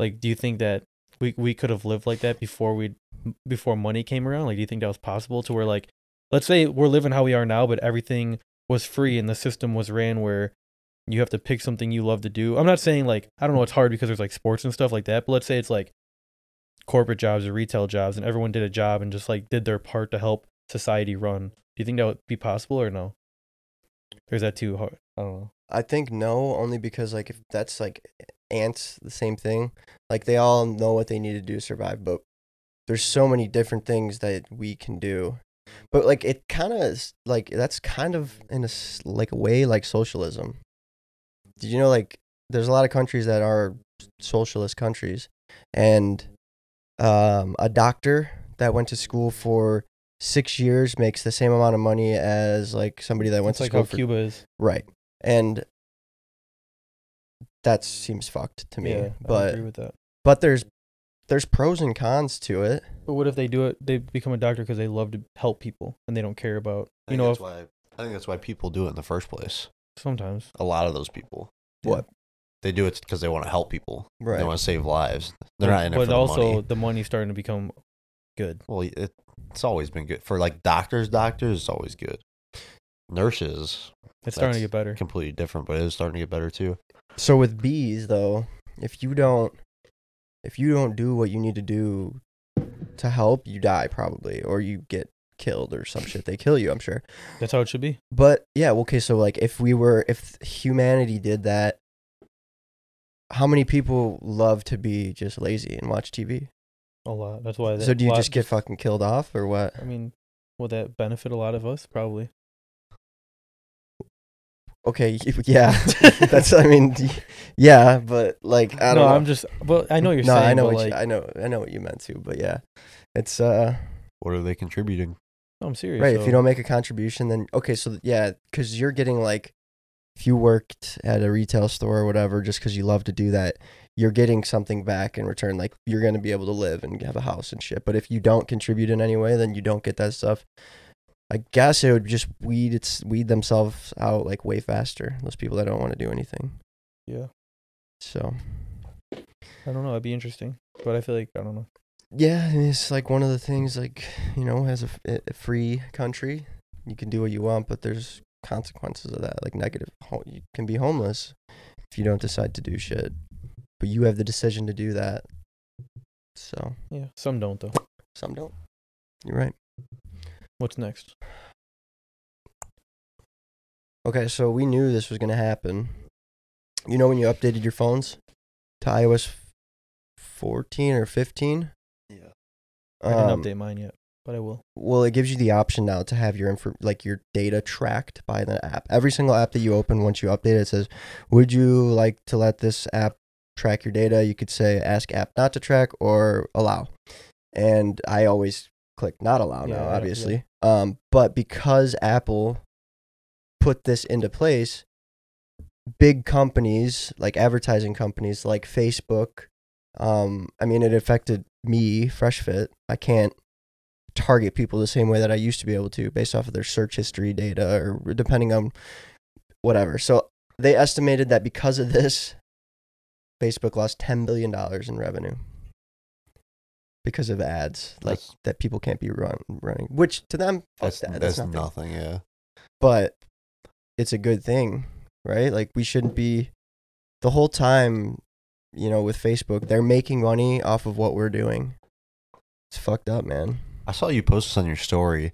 Speaker 3: Like, do you think that we we could have lived like that before we before money came around? Like, do you think that was possible? To where like, let's say we're living how we are now, but everything was free and the system was ran where you have to pick something you love to do. I'm not saying like I don't know it's hard because there's like sports and stuff like that, but let's say it's like corporate jobs or retail jobs and everyone did a job and just like did their part to help society run. Do you think that would be possible or no? Or is that too hard? I don't know.
Speaker 2: I think no, only because like if that's like ants, the same thing. Like they all know what they need to do to survive, but there's so many different things that we can do. But like it kind of like that's kind of in a s- like a way like socialism. Did you know like there's a lot of countries that are socialist countries, and um, a doctor that went to school for six years makes the same amount of money as like somebody that went
Speaker 3: It's
Speaker 2: to
Speaker 3: like
Speaker 2: school
Speaker 3: how
Speaker 2: for
Speaker 3: Cuba is.
Speaker 2: Right. And that seems fucked to me.
Speaker 3: yeah, I
Speaker 2: but
Speaker 3: agree with that.
Speaker 2: but there's there's pros and cons to it.
Speaker 3: But what if they do it? They become a doctor because they love to help people and they don't care about
Speaker 4: I
Speaker 3: you
Speaker 4: think
Speaker 3: know.
Speaker 4: that's
Speaker 3: If,
Speaker 4: why I think that's why people do it in the first place.
Speaker 3: sometimes
Speaker 4: A lot of those people.
Speaker 2: What?
Speaker 4: They do it because they want to help people.
Speaker 2: Right.
Speaker 4: They want to save lives.
Speaker 3: But-
Speaker 4: They're not in it
Speaker 3: But
Speaker 4: for the
Speaker 3: also
Speaker 4: money.
Speaker 3: the money's starting to become good.
Speaker 4: Well, it, it's always been good for like doctors. Doctors is always good. Nurses
Speaker 3: It's starting to get
Speaker 4: That's
Speaker 3: better.
Speaker 4: completely different, but it is starting to get better too.
Speaker 2: So with bees though, if you don't if you don't do what you need to do to help, you die probably or you get killed or some shit. They kill you, I'm sure.
Speaker 3: That's how it should be.
Speaker 2: But yeah, well, okay, so like if we were if humanity did that how many people love to be just lazy and watch TV?
Speaker 3: A lot. That's why. That,
Speaker 2: So do you
Speaker 3: lot-
Speaker 2: just get fucking killed off or what?
Speaker 3: I mean, will that benefit a lot of us? Probably.
Speaker 2: Okay, y- yeah, that's. I mean, d- yeah, but like I
Speaker 3: no,
Speaker 2: don't. know.
Speaker 3: I'm just. Well, I know you're
Speaker 2: no,
Speaker 3: saying.
Speaker 2: I know
Speaker 3: but
Speaker 2: what
Speaker 3: like,
Speaker 2: you, I know. I know what you meant to, but yeah, it's uh
Speaker 4: What are they contributing?
Speaker 3: no, I'm serious.
Speaker 2: right. If you
Speaker 3: though.
Speaker 2: don't make a contribution, then okay. So th- yeah, because you're getting like, if you worked at a retail store or whatever, just because you love to do that, you're getting something back in return. Like you're gonna be able to live and have a house and shit. But if you don't contribute in any way, then you don't get that stuff. I guess it would just weed it's weed themselves out like way faster. Those people that don't want to do anything.
Speaker 3: Yeah.
Speaker 2: So
Speaker 3: I don't know. It'd be interesting, but I feel like I don't know.
Speaker 2: yeah, I mean, it's like one of the things like you know, as a, f- a- a free country, you can do what you want, but there's consequences of that, like negative. ho- You can be homeless if you don't decide to do shit, but you have the decision to do that. So
Speaker 3: Yeah, some don't though.
Speaker 2: some don't. You're right.
Speaker 3: What's next?
Speaker 2: Okay, so we knew this was gonna happen. You know when you updated your phones to iOS 14 or 15?
Speaker 4: Yeah.
Speaker 3: I didn't
Speaker 2: Um,
Speaker 3: update mine yet, but I will.
Speaker 2: Well, it gives you the option now to have your info, like your data tracked by the app. Every single app that you open, once you update it, it says, "Would you like to let this app track your data?" You could say, "Ask app not to track" or "Allow." And I always click "Not allow"
Speaker 3: Yeah, I
Speaker 2: now,
Speaker 3: don't- yeah.
Speaker 2: obviously. Um, but because Apple put this into place, big companies like advertising companies like Facebook, um, I mean, it affected me, FreshFit. I can't target people the same way that I used to be able to based off of their search history data or depending on whatever. So they estimated that because of this, Facebook lost $10 billion in revenue because of ads like
Speaker 4: That's-
Speaker 2: that people can't be run, running, which to them, fuck
Speaker 4: That's
Speaker 2: that,
Speaker 4: that's,
Speaker 2: nothing
Speaker 4: nothing. Yeah.
Speaker 2: but it's a good thing, right? Like we shouldn't be the whole time, you know, with Facebook, they're making money off of what we're doing. It's fucked up, man.
Speaker 4: I saw you post this on your story.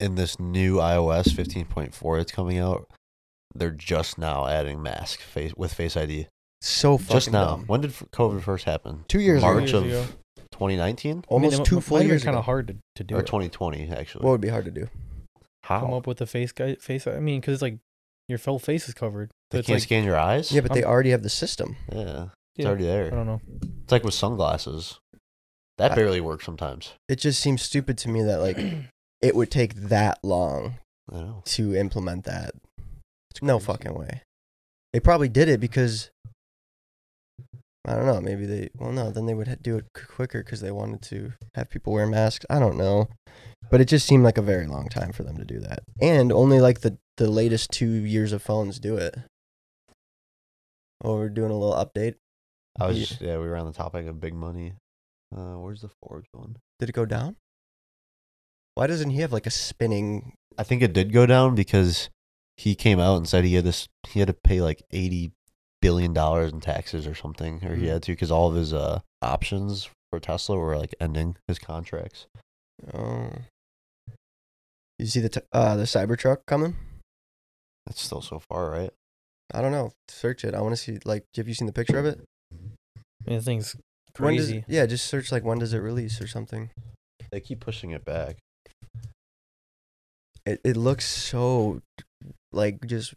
Speaker 4: In this new iOS 15.4 that's coming out, they're just now adding mask face with Face ID.
Speaker 2: So fucking
Speaker 4: Just now.
Speaker 2: dumb.
Speaker 4: When did f- COVID first happen?
Speaker 2: Two years ago.
Speaker 4: March
Speaker 3: Two
Speaker 4: of
Speaker 3: years ago.
Speaker 4: 2019
Speaker 2: Almost two full years
Speaker 3: Kind
Speaker 2: ago.
Speaker 3: of hard to, to do.
Speaker 4: or
Speaker 3: it.
Speaker 4: 2020 actually.
Speaker 2: What would be hard to do?
Speaker 4: How?
Speaker 3: Come up with a face guy face. I mean, because it's like your full face is covered. So
Speaker 4: they
Speaker 3: it's
Speaker 4: can't
Speaker 3: like,
Speaker 4: scan your eyes.
Speaker 2: Yeah, but they
Speaker 3: I'm-
Speaker 2: already have the system.
Speaker 4: Yeah, it's
Speaker 3: yeah, uh,
Speaker 4: already
Speaker 3: I
Speaker 4: there.
Speaker 3: don't know.
Speaker 4: It's like with sunglasses. That
Speaker 2: I-
Speaker 4: barely works sometimes.
Speaker 2: It just seems stupid to me that like it would take that long
Speaker 4: I know.
Speaker 2: to implement that. No fucking way. They probably did it because I don't know. Maybe they well no, then they would ha- do it c- quicker because they wanted to have people wear masks. I don't know, but it just seemed like a very long time for them to do that, and only like the the latest two years of phones do it. Oh, we're doing a little update.
Speaker 4: I was
Speaker 2: Yeah.
Speaker 4: just, yeah, we were on the topic of big money. Uh, where's the Forbes one?
Speaker 2: Did it go down? Why doesn't he have like a spinning?
Speaker 4: I think it did go down because he came out and said he had this he had to pay like 80 billion dollars in taxes or something or he
Speaker 2: Mhm.
Speaker 4: had to cuz all of his uh options for Tesla were like ending his contracts.
Speaker 2: um, Oh, you see the t- uh the Cybertruck coming?
Speaker 4: That's still so far, right?
Speaker 2: I don't know. Search it. I want to see. Like, have you seen the picture of it?
Speaker 3: I mean, the thing's
Speaker 2: When does-
Speaker 3: crazy.
Speaker 2: yeah, just search like when does it release or something.
Speaker 4: They keep pushing it back.
Speaker 2: It it looks so like just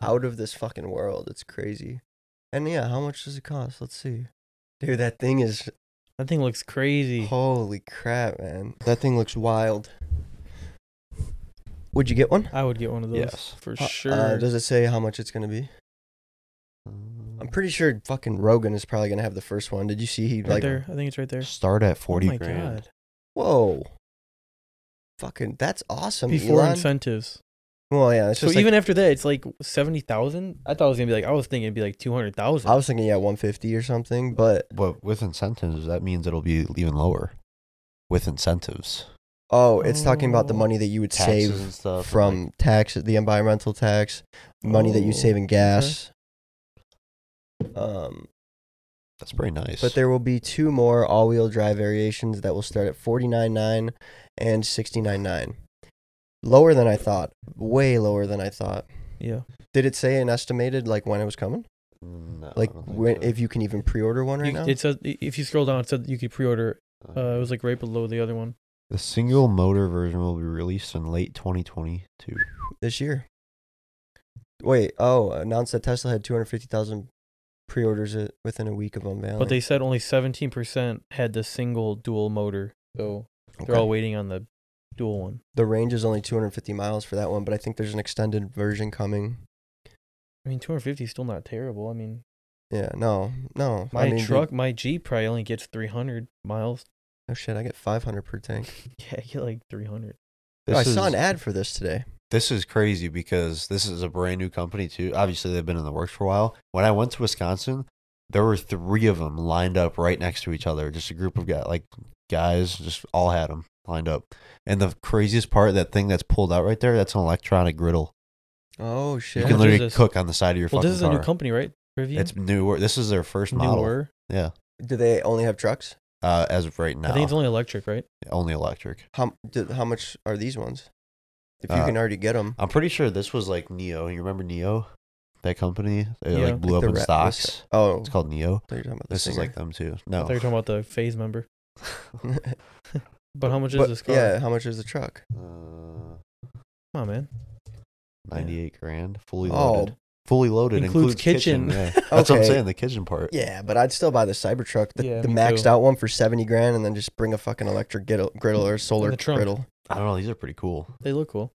Speaker 2: out of this fucking world. It's crazy. And yeah, how much does it cost? Let's see. Dude, that thing is
Speaker 3: That thing looks crazy.
Speaker 2: holy crap, man. That thing looks wild. Would you get one?
Speaker 3: I would get one of those
Speaker 4: Yes.
Speaker 3: for
Speaker 2: Uh,
Speaker 3: sure.
Speaker 2: Uh, does it say how much it's gonna be?
Speaker 4: Uh,
Speaker 2: I'm pretty sure fucking Rogan is probably gonna have the first one. Did you see he
Speaker 3: right
Speaker 2: like
Speaker 3: there. I think it's right there.
Speaker 4: Start at
Speaker 3: Oh
Speaker 4: forty
Speaker 3: my
Speaker 4: grand.
Speaker 3: god.
Speaker 2: whoa, fucking that's awesome.
Speaker 3: Before
Speaker 2: Elon.
Speaker 3: incentives.
Speaker 2: well, yeah, it's
Speaker 3: So
Speaker 2: just like-
Speaker 3: even after that, it's like seventy thousand. I thought it was gonna be like I was thinking it'd be like two hundred
Speaker 2: I
Speaker 3: thousand.
Speaker 2: was thinking yeah, 150 or something, but
Speaker 4: But with incentives, that means it'll be even lower. With incentives,
Speaker 2: Oh, it's talking about the
Speaker 3: Oh.
Speaker 2: money that you would
Speaker 4: taxes
Speaker 2: save
Speaker 4: and stuff and,
Speaker 2: from
Speaker 4: like, Oh,
Speaker 2: tax, the environmental tax, money that you save in gas. Um,
Speaker 4: that's pretty nice.
Speaker 2: but there will be two more all-wheel drive variations that will start at forty-nine nine and sixty-nine nine. Lower than I thought. Way lower than I thought.
Speaker 3: Yeah.
Speaker 2: Did it say an estimated like when it was coming?
Speaker 4: Mm, No, I
Speaker 2: Like
Speaker 4: don't think
Speaker 2: when,
Speaker 4: so.
Speaker 2: if you can even pre-order one right
Speaker 3: You-
Speaker 2: now?
Speaker 3: It says i- if you scroll down, it said you could pre-order. Uh, it was like right below the other one.
Speaker 4: the single motor version will be released in late 2022.
Speaker 2: this year. Wait, oh, announced that Tesla had 250,000 pre-orders it within a week of unveiling.
Speaker 3: But they said only seventeen percent had the single dual motor, so they're
Speaker 2: Okay.
Speaker 3: all waiting on the dual one.
Speaker 2: the range is only 250 miles for that one, but I think there's an extended version coming.
Speaker 3: I mean, two hundred fifty is still not terrible. I mean,
Speaker 2: Yeah, no, no.
Speaker 3: my
Speaker 2: I mean, dude,
Speaker 3: truck, my Jeep probably only gets three hundred miles.
Speaker 2: Oh shit, I get 500 per tank.
Speaker 3: Yeah, I get like three hundred.
Speaker 2: Yo, I
Speaker 4: This
Speaker 2: saw
Speaker 4: is-
Speaker 2: an ad for this today.
Speaker 4: This is crazy because this is a brand new company too. Obviously, they've been in the works for a while. When I went to Wisconsin, there were three of them lined up right next to each other. Just a group of guys, like guys, just all had them lined up. And the craziest part, that thing that's pulled out right there, that's an electronic griddle.
Speaker 2: Oh shit.
Speaker 4: You
Speaker 3: How
Speaker 4: can
Speaker 3: much is
Speaker 4: literally
Speaker 3: this?
Speaker 4: cook on the side of your
Speaker 3: Well,
Speaker 4: fucking
Speaker 3: this is
Speaker 4: car.
Speaker 3: a new company, right? Rivian.
Speaker 4: It's newer. This is their first model.
Speaker 3: newer.
Speaker 4: Yeah,
Speaker 2: Do they only have trucks?
Speaker 4: uh, as of right now,
Speaker 3: I think it's only electric, right?
Speaker 4: only electric.
Speaker 2: How do, how much are these ones? If you
Speaker 4: Uh,
Speaker 2: can already get them.
Speaker 4: I'm pretty sure this was like Neo. You remember Neo? That company? It
Speaker 3: Yeah.
Speaker 4: like blew up in stocks.
Speaker 2: Oh,
Speaker 4: It's called Neo.
Speaker 2: I thought you were talking about the
Speaker 4: This is
Speaker 2: singer.
Speaker 4: like them too.
Speaker 3: I thought you
Speaker 4: No.
Speaker 3: were talking about the phase member. But how much is
Speaker 2: But,
Speaker 3: this car?
Speaker 2: Yeah, how much is the truck?
Speaker 4: Uh,
Speaker 3: Come on, man.
Speaker 4: 98 grand, fully
Speaker 2: Oh.
Speaker 4: loaded. Fully loaded
Speaker 3: Includes
Speaker 4: includes, kitchen.
Speaker 3: kitchen.
Speaker 4: yeah. That's what I'm
Speaker 2: Okay.
Speaker 4: saying, the kitchen part.
Speaker 2: Yeah, but I'd still buy the Cybertruck, the,
Speaker 3: Yeah,
Speaker 2: the
Speaker 3: me
Speaker 2: maxed
Speaker 3: too.
Speaker 2: out one for 70 grand and then just bring a fucking electric griddle, griddle or solar
Speaker 3: the trunk.
Speaker 2: griddle.
Speaker 4: I don't know, these are pretty cool.
Speaker 3: They look cool.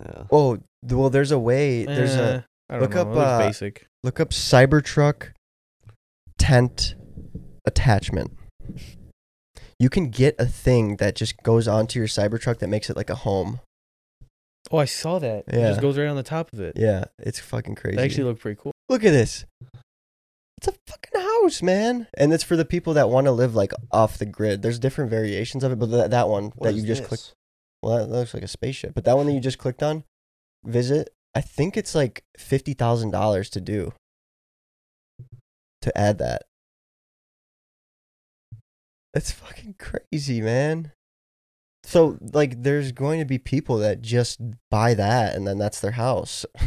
Speaker 4: Yeah.
Speaker 2: Oh, th- well there's a way, there's a
Speaker 3: Eh, I don't
Speaker 2: look
Speaker 3: know.
Speaker 2: up,
Speaker 3: It looks
Speaker 2: uh,
Speaker 3: basic.
Speaker 2: Look up Cybertruck tent attachment. You can get a thing that just goes onto your Cybertruck that makes it like a home.
Speaker 3: Oh, I saw that. It
Speaker 2: Yeah.
Speaker 3: just goes right on the top of it.
Speaker 2: Yeah, it's fucking crazy.
Speaker 3: They actually look pretty cool.
Speaker 2: look at this. It's a fucking house, man. And it's for the people that want to live like off the grid. There's different variations of it, but that, that one that you just clicked. Well, that looks like a spaceship. But that one that you just clicked on, visit. I think it's like fifty thousand dollars to do. To add that. That's fucking crazy, man. So like there's going to be people that just buy that and then that's their house.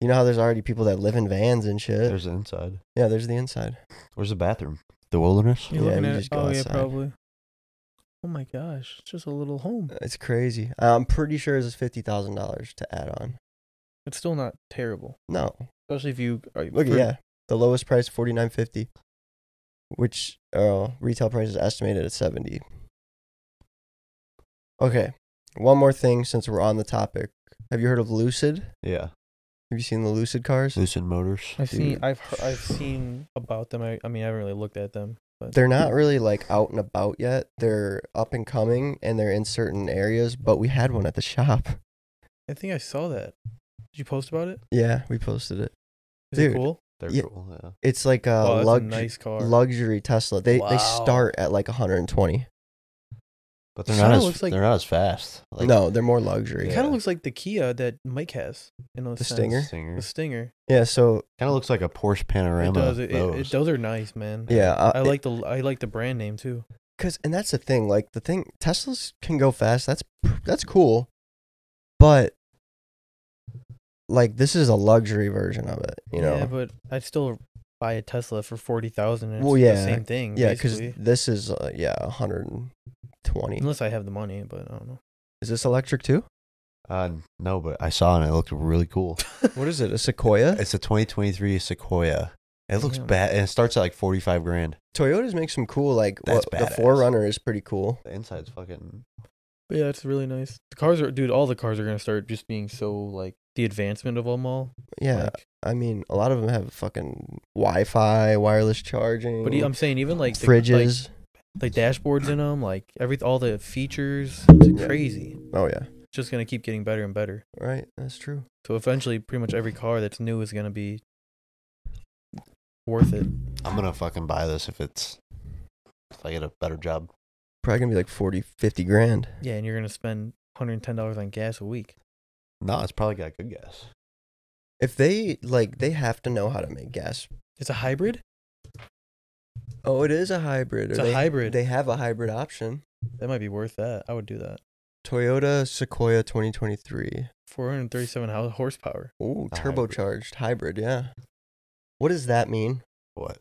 Speaker 2: you know how there's already people that live in vans and shit.
Speaker 4: There's the inside.
Speaker 2: yeah, there's the inside.
Speaker 4: Where's the bathroom? The wilderness?
Speaker 2: You're Yeah, looking you at it- just go
Speaker 3: oh,
Speaker 2: oh, yeah, outside.
Speaker 3: yeah, probably. Oh, my gosh. It's just a little home.
Speaker 2: It's crazy. I'm pretty sure it's fifty thousand dollars to add on.
Speaker 3: It's still not terrible.
Speaker 2: No,
Speaker 3: Especially if you. Are,
Speaker 2: Look,
Speaker 3: for-
Speaker 2: yeah, the lowest price forty nine fifty, which uh, retail price is estimated at seventy. Okay, one more thing since we're on the topic. Have you heard of Lucid?
Speaker 4: Yeah.
Speaker 2: Have you seen the Lucid cars?
Speaker 4: Lucid Motors.
Speaker 3: I've seen,
Speaker 2: Dude.
Speaker 3: I've, heard, I've seen about them. I, I mean, I haven't really looked at them. But
Speaker 2: They're not really like out and about yet. They're up and coming, and they're in certain areas. But we had one at the shop.
Speaker 3: I think I saw that. Did you post about it?
Speaker 2: Yeah, we posted it.
Speaker 3: Is
Speaker 2: Dude, uh,
Speaker 3: it cool?
Speaker 4: They're
Speaker 2: Yeah.
Speaker 4: cool. Yeah.
Speaker 2: It's like a,
Speaker 3: Wow, that's a
Speaker 2: lux-
Speaker 3: nice car.
Speaker 2: luxury Tesla. They they
Speaker 3: Wow.
Speaker 2: start at like 120.
Speaker 4: But they're
Speaker 3: Kinda
Speaker 4: not, as,
Speaker 3: looks like-
Speaker 4: they're not as fast. Like
Speaker 2: no, they're more luxury.
Speaker 3: It kind of looks like the Kia that Mike has. In a
Speaker 2: The
Speaker 3: sense.
Speaker 2: Stinger?
Speaker 3: The Stinger.
Speaker 2: Yeah, so
Speaker 4: Kind of looks like a Porsche Panorama.
Speaker 3: It does. It, it- it-
Speaker 4: those.
Speaker 3: those are nice, man.
Speaker 2: yeah,
Speaker 3: I
Speaker 2: uh,
Speaker 3: like the I like the brand name too.
Speaker 2: Cause and that's the thing, like the thing Teslas can go fast. That's that's cool, but like this is a luxury version of it, you know.
Speaker 3: Yeah, but I'd still buy a Tesla for forty thousand. It's
Speaker 2: Well,
Speaker 3: the
Speaker 2: yeah.
Speaker 3: same thing.
Speaker 2: Yeah, because
Speaker 3: basically. Mm.
Speaker 2: this is uh, yeah 120.
Speaker 3: unless I have the money, but I don't know.
Speaker 2: Is this electric too?
Speaker 4: Uh, no, but I saw it and it looked really cool.
Speaker 2: What is it? A Sequoia?
Speaker 4: It's a 2023 Sequoia. It looks
Speaker 3: Damn.
Speaker 4: bad and it starts at like 45 grand.
Speaker 2: Toyotas make some cool like
Speaker 4: That's
Speaker 2: what- the
Speaker 4: badass.
Speaker 2: Forerunner is pretty cool.
Speaker 4: The inside's fucking.
Speaker 3: But yeah, it's really nice. The cars are, dude. All the cars are gonna start just being so like the advancement of them all.
Speaker 2: Yeah,
Speaker 3: Like,
Speaker 2: I mean a lot of them have fucking Wi-Fi, wireless charging,
Speaker 3: but e- I'm saying even like the, like-
Speaker 2: fridges.
Speaker 3: like, dashboards in them, like every all the features, it's
Speaker 2: Yeah.
Speaker 3: crazy.
Speaker 2: oh yeah,
Speaker 3: It's just gonna keep getting better and better.
Speaker 2: right. That's true.
Speaker 3: So eventually, pretty much every car that's new is gonna be worth it.
Speaker 4: I'm gonna fucking buy this if it's if I get a better job.
Speaker 2: Probably gonna be like 40, 50 grand.
Speaker 3: Yeah, and you're gonna spend hundred and ten dollars on gas a week.
Speaker 4: No, it's probably got good gas.
Speaker 2: If they like, they have to know how to make gas.
Speaker 3: It's a hybrid.
Speaker 2: Oh, it is a hybrid. or
Speaker 3: It's a
Speaker 2: they-
Speaker 3: hybrid.
Speaker 2: They have a hybrid option.
Speaker 3: That might be worth that. I would do that.
Speaker 2: Toyota Sequoia 2023.
Speaker 3: Four hundred thirty-seven hou- horsepower.
Speaker 2: Oh,
Speaker 4: A hybrid.
Speaker 2: turbocharged hybrid. yeah. What does that mean?
Speaker 4: What?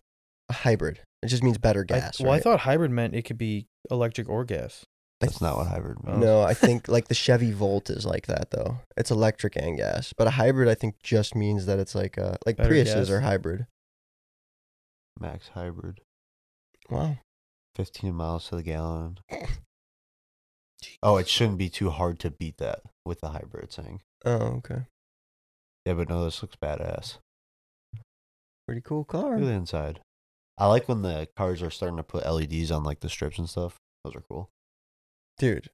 Speaker 2: A hybrid. It just means better
Speaker 3: I-
Speaker 2: gas.
Speaker 3: well, I
Speaker 2: right?
Speaker 3: thought hybrid meant it could be electric or gas.
Speaker 4: That's not what hybrid
Speaker 3: Oh.
Speaker 4: means.
Speaker 2: No, I think like the Chevy Volt is like that though. It's electric and gas, but a hybrid I think just means that it's like uh like
Speaker 3: Better
Speaker 2: Priuses
Speaker 3: gas.
Speaker 2: are hybrid.
Speaker 4: Max hybrid,
Speaker 2: Wow.
Speaker 4: 15 miles to the gallon. Oh, it shouldn't be too hard to beat that with the hybrid thing.
Speaker 2: Oh, okay.
Speaker 4: Yeah, but no, this looks badass.
Speaker 2: Pretty cool car.
Speaker 4: Look at the inside. I like when the cars are starting to put LEDs on like the strips and stuff. Those are cool.
Speaker 2: Dude,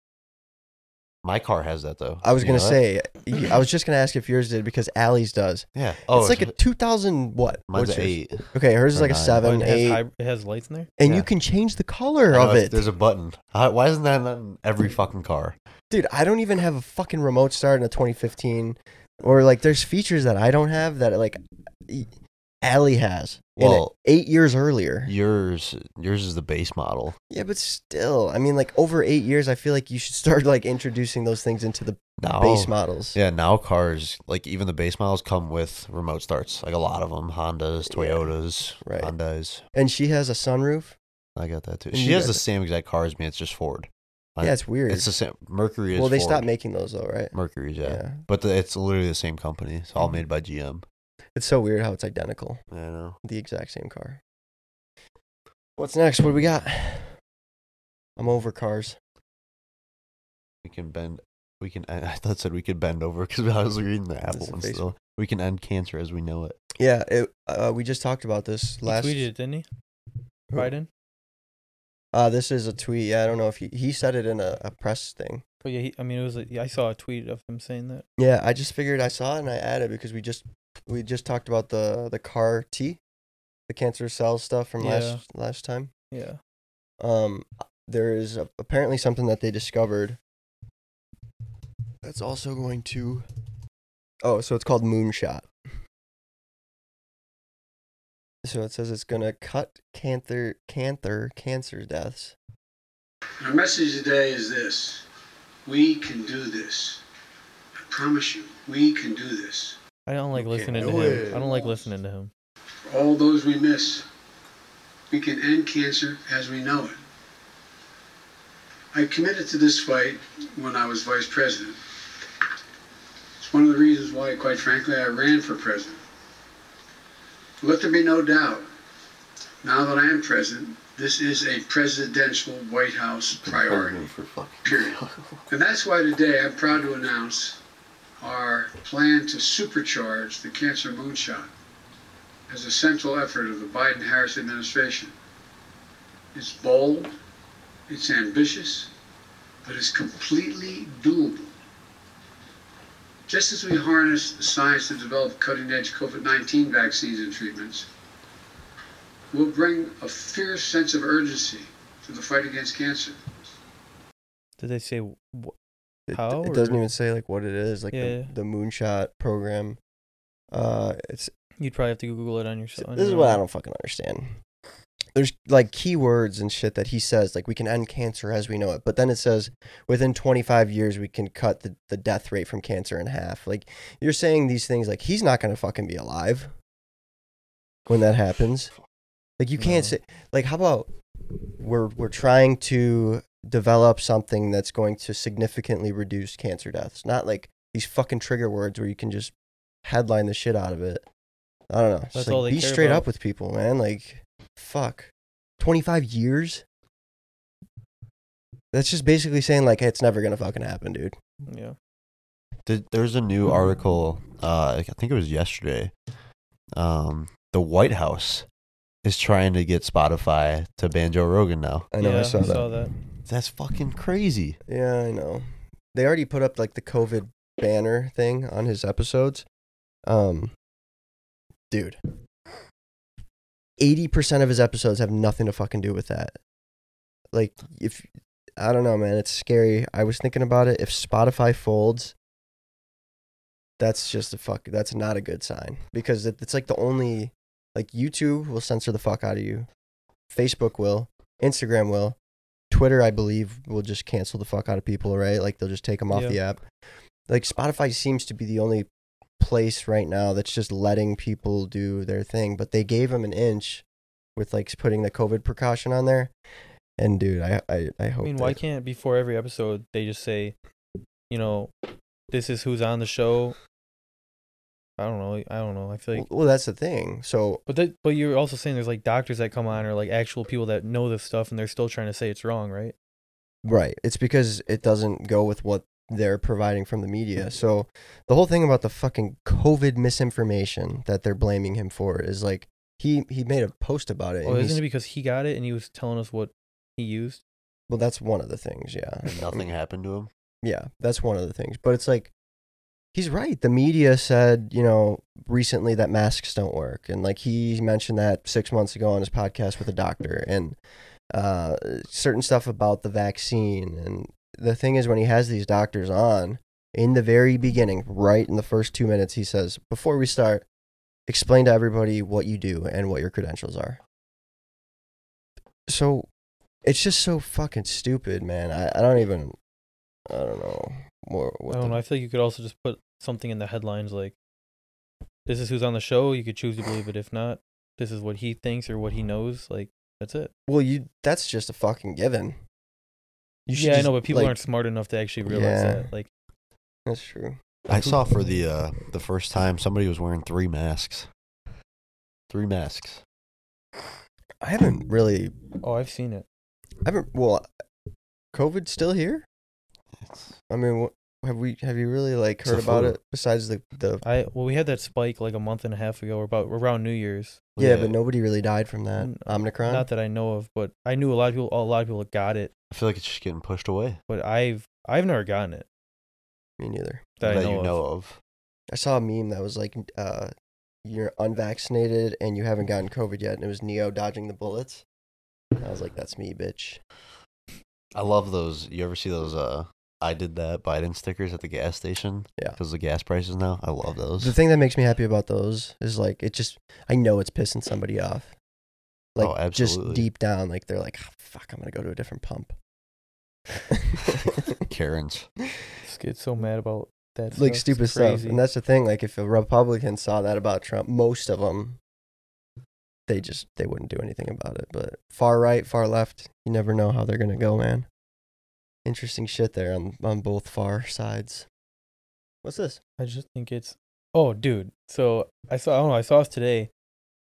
Speaker 4: My car has that though.
Speaker 2: I was
Speaker 4: You
Speaker 2: going
Speaker 4: know
Speaker 2: to
Speaker 4: that?
Speaker 2: say y- I was just going to ask if yours did because Allie's does.
Speaker 4: Yeah. Oh,
Speaker 2: it's like a 2000 what?
Speaker 4: mine's
Speaker 2: What's
Speaker 4: a
Speaker 2: yours?
Speaker 4: eight.
Speaker 2: Okay, hers is
Speaker 4: or
Speaker 2: like a
Speaker 4: nine.
Speaker 2: 7
Speaker 3: Oh, it,
Speaker 2: 8
Speaker 3: has hyb- it has lights in there.
Speaker 2: and
Speaker 4: yeah.
Speaker 2: you can change the color
Speaker 4: I
Speaker 2: of
Speaker 4: know, it's-
Speaker 2: it.
Speaker 4: There's a button. How- why isn't that in every fucking car?
Speaker 2: Dude, I don't even have a fucking remote start in a 2015, or like there's features that I don't have that like e, Allie has. in it
Speaker 4: Well-
Speaker 2: eight years earlier.
Speaker 4: Yours, yours is the base model.
Speaker 2: Yeah, but still, I mean, like over eight years, I feel like you should start like introducing those things into the
Speaker 4: Now,
Speaker 2: base models.
Speaker 4: Yeah, now cars like even the base models come with remote starts. Like a lot of them, Hondas,
Speaker 2: Yeah.
Speaker 4: Toyotas,
Speaker 2: Right.
Speaker 4: Hondas.
Speaker 2: And she has a sunroof.
Speaker 4: I got that too.
Speaker 2: And
Speaker 4: she
Speaker 2: you
Speaker 4: has
Speaker 2: got
Speaker 4: the
Speaker 2: that.
Speaker 4: same exact car as me. It's just Ford. Like,
Speaker 2: yeah, it's weird.
Speaker 4: It's the same. Mercury is.
Speaker 2: well, they
Speaker 4: Ford.
Speaker 2: stopped making those though, right?
Speaker 4: Mercury's. Yeah,
Speaker 2: Yeah.
Speaker 4: but the, it's literally the same company. It's all made by GM.
Speaker 2: It's so weird how it's identical,
Speaker 4: I know.
Speaker 2: the exact same car. What's next? What do we got? I'm over cars.
Speaker 4: We can bend. We can. I I thought it said we could bend over because I was reading the Apple
Speaker 2: a
Speaker 4: one
Speaker 2: face-
Speaker 4: still. We can end cancer as we know it.
Speaker 2: Yeah, it, uh, we just talked about this
Speaker 3: He
Speaker 2: last.
Speaker 3: tweeted it, didn't he?
Speaker 2: Who?
Speaker 3: Biden.
Speaker 2: Uh, this is a tweet. Yeah, I don't know if he, he said it in a, a press thing.
Speaker 3: But yeah, he, I mean, it was. A, yeah, I saw a tweet of him saying that.
Speaker 2: Yeah, I just figured I saw it and I added because we just we just talked about the the CAR T, the cancer cell stuff from
Speaker 3: Yeah.
Speaker 2: last last time.
Speaker 3: Yeah.
Speaker 2: Um, there is a, apparently something that they discovered that's also going to. Oh, so it's called Moonshot. So it says it's gonna cut cancer, cancer, cancer deaths
Speaker 7: Our message today is this we can do this. I promise you, we can do this.
Speaker 3: I don't like
Speaker 7: You can't
Speaker 3: listening to
Speaker 7: do
Speaker 3: him.
Speaker 7: it.
Speaker 3: I don't like listening to him.
Speaker 7: For all those we miss, we can end cancer as we know it. I committed to this fight when I was vice president. It's one of the reasons why, quite frankly, I ran for president. Let there be no doubt, now that I am president, this is a presidential White House priority.
Speaker 4: For fucking.
Speaker 7: Period. And that's why today I'm proud to announce our plan to supercharge the Cancer Moonshot as a central effort of the Biden Harris administration. It's bold, it's ambitious, but it's completely doable. Just as we harness the science to develop cutting edge COVID 19 vaccines and treatments, we'll bring a fierce sense of urgency to the fight against cancer.
Speaker 3: Did they say? Wh-
Speaker 2: It,
Speaker 3: How,
Speaker 2: it
Speaker 3: or-
Speaker 2: doesn't even say like what it is, like
Speaker 3: Yeah, yeah.
Speaker 2: the, the moonshot program. Uh, it's
Speaker 3: you'd probably have to Google it on your
Speaker 2: so
Speaker 3: cell.
Speaker 2: this is what I don't fucking understand. there's like keywords and shit that he says like we can end cancer as we know it but then it says within 25 years we can cut the, the death rate from cancer in half like you're saying these things like he's not gonna fucking be alive when that happens like you can't
Speaker 3: No.
Speaker 2: say like how about we're we're trying to develop something that's going to significantly reduce cancer deaths not like these fucking trigger words where you can just headline the shit out of it i don't know It's
Speaker 3: That's
Speaker 2: like,
Speaker 3: all they
Speaker 2: be
Speaker 3: care
Speaker 2: straight
Speaker 3: about.
Speaker 2: up with people man like fuck 25 years that's just basically saying like hey, it's never gonna fucking happen dude
Speaker 3: Yeah.
Speaker 4: Did, there's a new article. Uh, I think it was yesterday. Um, the White House is trying to get Spotify to ban Joe Rogan now.
Speaker 2: i know
Speaker 3: yeah,
Speaker 2: i saw
Speaker 3: I
Speaker 2: that
Speaker 3: saw that.
Speaker 4: That's fucking crazy.
Speaker 2: yeah i know they already put up like the covid banner thing on his episodes um dude 80% of his episodes have nothing to fucking do with that like if i don't know man it's scary i was thinking about it if spotify folds that's just a fuck that's not a good sign because it, it's like the only like youtube will censor the fuck out of you facebook will instagram will twitter i believe will just cancel the fuck out of people right like they'll just take them off
Speaker 3: Yeah.
Speaker 2: the app like spotify seems to be the only place right now that's just letting people do their thing but they gave him an inch with like putting the covid precaution on there and dude i i, I
Speaker 3: I
Speaker 2: hope
Speaker 3: mean, why
Speaker 2: that-
Speaker 3: can't before every episode they just say, you know, this is who's on the show? I don't know. I don't know. I feel like,
Speaker 2: well that's the thing so
Speaker 3: but that, but you're also saying there's like doctors that come on or like actual people that know this stuff and they're still trying to say it's wrong, right?
Speaker 2: Right. It's because it doesn't go with what they're providing from the media. So the whole thing about the fucking COVID misinformation that they're blaming him for is like he he made a post about it.
Speaker 3: Well,
Speaker 2: and
Speaker 3: isn't
Speaker 2: he's-
Speaker 3: it because he got it and he was telling us what he used?
Speaker 2: well, that's one of the things. Yeah.
Speaker 4: And nothing happened to him.
Speaker 2: Yeah, that's one of the things. But it's like he's right. The media said, you know, recently that masks don't work, and like he mentioned that six months ago on his podcast with a doctor, and uh, certain stuff about the vaccine. And the thing is, when he has these doctors on in the very beginning, right in the first two minutes, he says, "Before we start." Explain to everybody what you do and what your credentials are. So it's just so fucking stupid, man. I, I don't even I don't know. More what
Speaker 3: I
Speaker 2: the-
Speaker 3: don't know. I feel like you could also just put something in the headlines like, "This is who's on the show." You could choose to believe it. If not, this is what he thinks or what he knows. Like that's it.
Speaker 2: Well, you that's just a fucking given. You should
Speaker 3: yeah, I
Speaker 2: just,
Speaker 3: know, but people
Speaker 2: like-
Speaker 3: aren't smart enough to actually realize
Speaker 2: Yeah.
Speaker 3: that. Like,
Speaker 2: That's true.
Speaker 4: I saw for the uh, the first time somebody was wearing three masks. Three masks.
Speaker 2: I haven't really.
Speaker 3: oh, I've seen it.
Speaker 2: I haven't. Well, COVID still here.
Speaker 4: It's,
Speaker 2: I mean, what, have we? Have you really like
Speaker 4: It's a
Speaker 2: heard about
Speaker 4: flu.
Speaker 2: it besides the the?
Speaker 3: I well, we had that spike like a month and a half ago, or about around New Year's.
Speaker 2: Yeah, but nobody really died from that
Speaker 3: N-
Speaker 2: Omicron.
Speaker 3: Mm, Not that I know of, but I knew a lot of people. A lot of people got it,
Speaker 4: I feel like it's just getting pushed away.
Speaker 3: but I've I've never gotten it
Speaker 2: Me neither.
Speaker 3: that, I know
Speaker 4: you
Speaker 3: of.
Speaker 4: know of.
Speaker 2: I saw a meme that was like, uh, "You're unvaccinated and you haven't gotten COVID yet," and it was Neo dodging the bullets. I was like, "That's me, bitch."
Speaker 4: I love those. You ever see those? Uh, I did that Biden stickers at the gas station.
Speaker 2: Yeah.
Speaker 4: Because the gas prices now. I love those.
Speaker 2: The thing that makes me happy about those is like it just I know it's pissing somebody off. Like
Speaker 4: Oh,
Speaker 2: just
Speaker 4: absolutely.
Speaker 2: deep down, like they're like, "Ah, fuck, I'm gonna go to a different pump.
Speaker 4: Karens.
Speaker 3: Just get so mad about that.
Speaker 2: like
Speaker 3: stuff.
Speaker 2: stupid
Speaker 3: It's
Speaker 2: stuff.
Speaker 3: crazy.
Speaker 2: And that's the thing, like if a Republican saw that about Trump, most of them they just they wouldn't do anything about it. But far right, far left, you never know how they're gonna go, man. Interesting shit there on on both far sides. What's this?
Speaker 3: I just think it's oh, dude. So I saw. I don't know. I saw this today.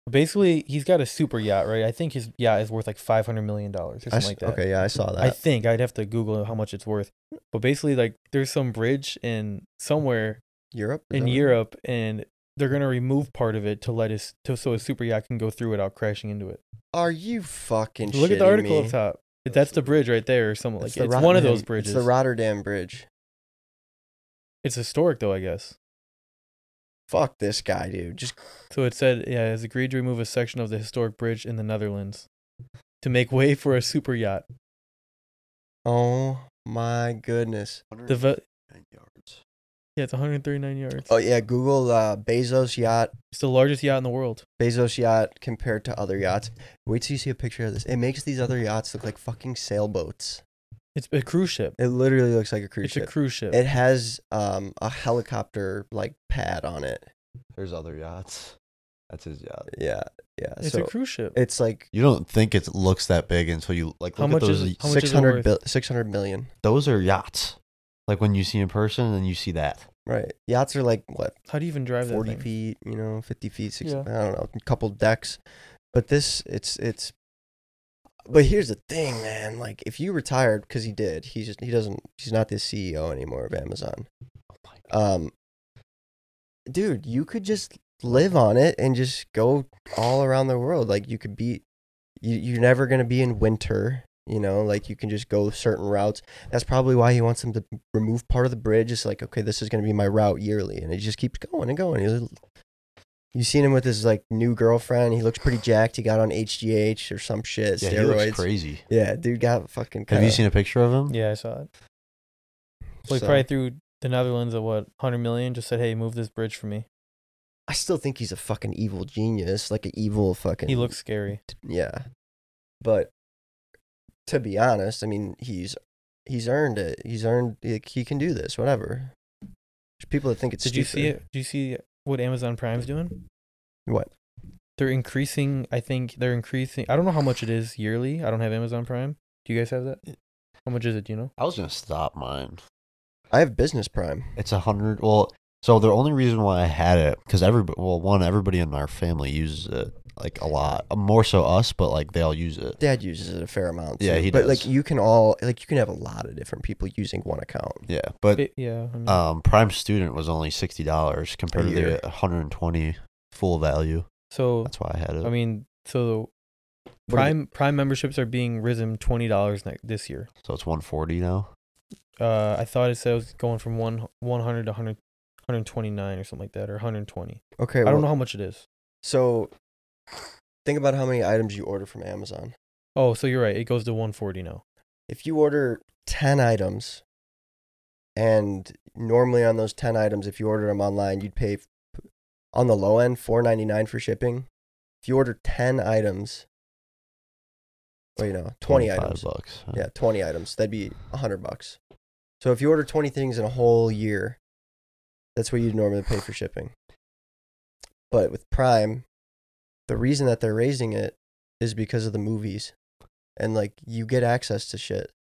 Speaker 3: Basically, he's got a super yacht, right? I think his yacht is worth like five hundred million dollars
Speaker 2: I
Speaker 3: or something
Speaker 2: s-
Speaker 3: like that.
Speaker 2: Okay, Uh, yeah, I saw that.
Speaker 3: I think I'd have to Google how much it's worth. But basically, like there's some bridge in somewhere
Speaker 2: Europe Is
Speaker 3: in
Speaker 2: that right?
Speaker 3: Europe, and they're gonna remove part of it to let us to so a super yacht can go through without crashing into it.
Speaker 2: Are you fucking
Speaker 3: Look at the
Speaker 2: shitting
Speaker 3: article
Speaker 2: me?
Speaker 3: up top. That's the bridge right there, or something like
Speaker 2: the
Speaker 3: it's one of
Speaker 2: Rotterdam-
Speaker 3: those bridges.
Speaker 2: It's the Rotterdam Bridge.
Speaker 3: it's historic though, I guess.
Speaker 2: Fuck this guy, dude. Just
Speaker 3: So it said, yeah, it has agreed to remove a section of the historic bridge in the Netherlands to make way for a super yacht.
Speaker 2: oh my goodness.
Speaker 3: The ve-
Speaker 4: yards.
Speaker 3: Yeah, it's 139 yards.
Speaker 2: Oh yeah, Google uh, Bezos yacht.
Speaker 3: It's the largest yacht in the world.
Speaker 2: Bezos yacht compared to other yachts. Wait till you see a picture of this. It makes these other yachts look like fucking sailboats.
Speaker 3: It's a cruise ship.
Speaker 2: It literally looks like a cruise
Speaker 3: it's
Speaker 2: ship.
Speaker 3: a cruise ship.
Speaker 2: It has um, a helicopter like pad on it.
Speaker 4: There's other yachts. That's his yacht.
Speaker 2: Yeah, yeah.
Speaker 3: it's
Speaker 2: so
Speaker 3: a cruise ship.
Speaker 2: it's like
Speaker 4: You don't think it looks that big until you like
Speaker 3: How
Speaker 4: look
Speaker 3: much
Speaker 4: at
Speaker 3: is
Speaker 4: those.
Speaker 3: it? How much is it
Speaker 2: 600,
Speaker 3: worth?
Speaker 2: bil- 600 million.
Speaker 4: Those are yachts. Like when you see in person, and you see that.
Speaker 2: Right. Yachts are like what
Speaker 3: How do you even drive that
Speaker 2: 40
Speaker 3: thing?
Speaker 2: feet, you know, 50 feet, 60,
Speaker 3: Yeah.
Speaker 2: I don't know, a couple decks. But this, it's, it's, but here's the thing, man. Like, if you retired, because he did, he's just, he doesn't, he's not the CEO anymore of Amazon.
Speaker 3: Oh
Speaker 2: Um, dude, you could just live on it and just go all around the world. Like, you could be, you, you're never going to be in winter, you know, like you can just go certain routes. That's probably why he wants them to remove part of the bridge. It's like, okay, this is going to be my route yearly. And it just keeps going and going. He's- You've seen him with his like new girlfriend. He looks pretty jacked. He got on HGH or some shit,
Speaker 4: Yeah, he
Speaker 2: steroids.
Speaker 4: looks crazy.
Speaker 2: Yeah, dude got fucking.
Speaker 4: Have you
Speaker 2: kinda-
Speaker 4: seen a picture of him?
Speaker 3: Yeah, I saw it. Like
Speaker 2: so-
Speaker 3: probably through the Netherlands at what 100 million. Just said, hey, move this bridge for me.
Speaker 2: I still think he's a fucking evil genius, like an evil fucking.
Speaker 3: He looks scary.
Speaker 2: yeah, but to be honest, I mean he's he's earned it. He's earned like, he can do this. Whatever. There's people that think it's.
Speaker 3: Did you see
Speaker 2: stupid.
Speaker 3: it? Do you see what Amazon Prime's doing?
Speaker 2: What?
Speaker 3: They're increasing. I think they're increasing. I don't know how much it is yearly. I don't have Amazon Prime. Do you guys have that? How much is it? Do you know?
Speaker 4: I was gonna stop mine.
Speaker 2: I have business prime.
Speaker 4: It's a hundred. Well, so the only reason why I had it because everybody, well, one, everybody in our family uses it like a lot, more so us, but like they all use it.
Speaker 2: Dad uses it a fair amount.
Speaker 4: Yeah,
Speaker 2: too,
Speaker 4: he
Speaker 2: But
Speaker 4: does.
Speaker 2: like you can all like you can have a lot of different people using one account.
Speaker 4: Yeah, but
Speaker 3: It- mm-hmm. yeah. I mean,
Speaker 2: uh,
Speaker 4: um, Prime Student was only sixty dollars compared to
Speaker 2: year.
Speaker 4: the one hundred and twenty full value.
Speaker 3: so
Speaker 4: That's why I had it.
Speaker 3: I mean, so
Speaker 2: What are the-
Speaker 3: Prime Prime memberships are being risen twenty dollars ne- this year.
Speaker 4: so it's one forty now.
Speaker 3: Uh, I thought it said it was going from one one hundred to 100, 129 or something like that, or one hundred twenty.
Speaker 2: Okay.
Speaker 3: I don't know how much it is.
Speaker 2: So think about how many items you order from Amazon.
Speaker 3: Oh, so you're right. It goes to one forty now.
Speaker 2: if you order 10 items and normally on those 10 items if you order them online you'd pay f- on the low end 4.99 for shipping if you order 10 items well you know 20
Speaker 4: 25
Speaker 2: items
Speaker 4: bucks.
Speaker 2: yeah 20 items that'd be 100 bucks so if you order 20 things in a whole year that's what you'd normally pay for shipping but with prime the reason that they're raising it is because of the movies and like you get access to shit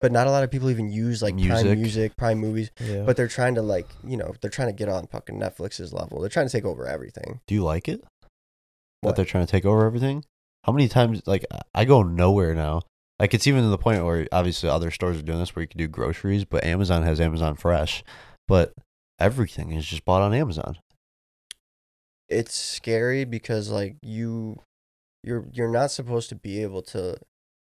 Speaker 2: but not a lot of people even use like prime
Speaker 4: Music.
Speaker 2: music prime movies
Speaker 3: Yeah.
Speaker 2: but they're trying to like you know they're trying to get on fucking netflix's level they're trying to take over everything
Speaker 4: Do you like it?
Speaker 2: What?
Speaker 4: That they're trying to take over everything. How many times? Like I- I go nowhere now. Like it's even to the point where obviously other stores are doing this, where you can do groceries, but Amazon has Amazon Fresh, but everything is just bought on Amazon.
Speaker 2: it's scary because like you you're you're not supposed to be able to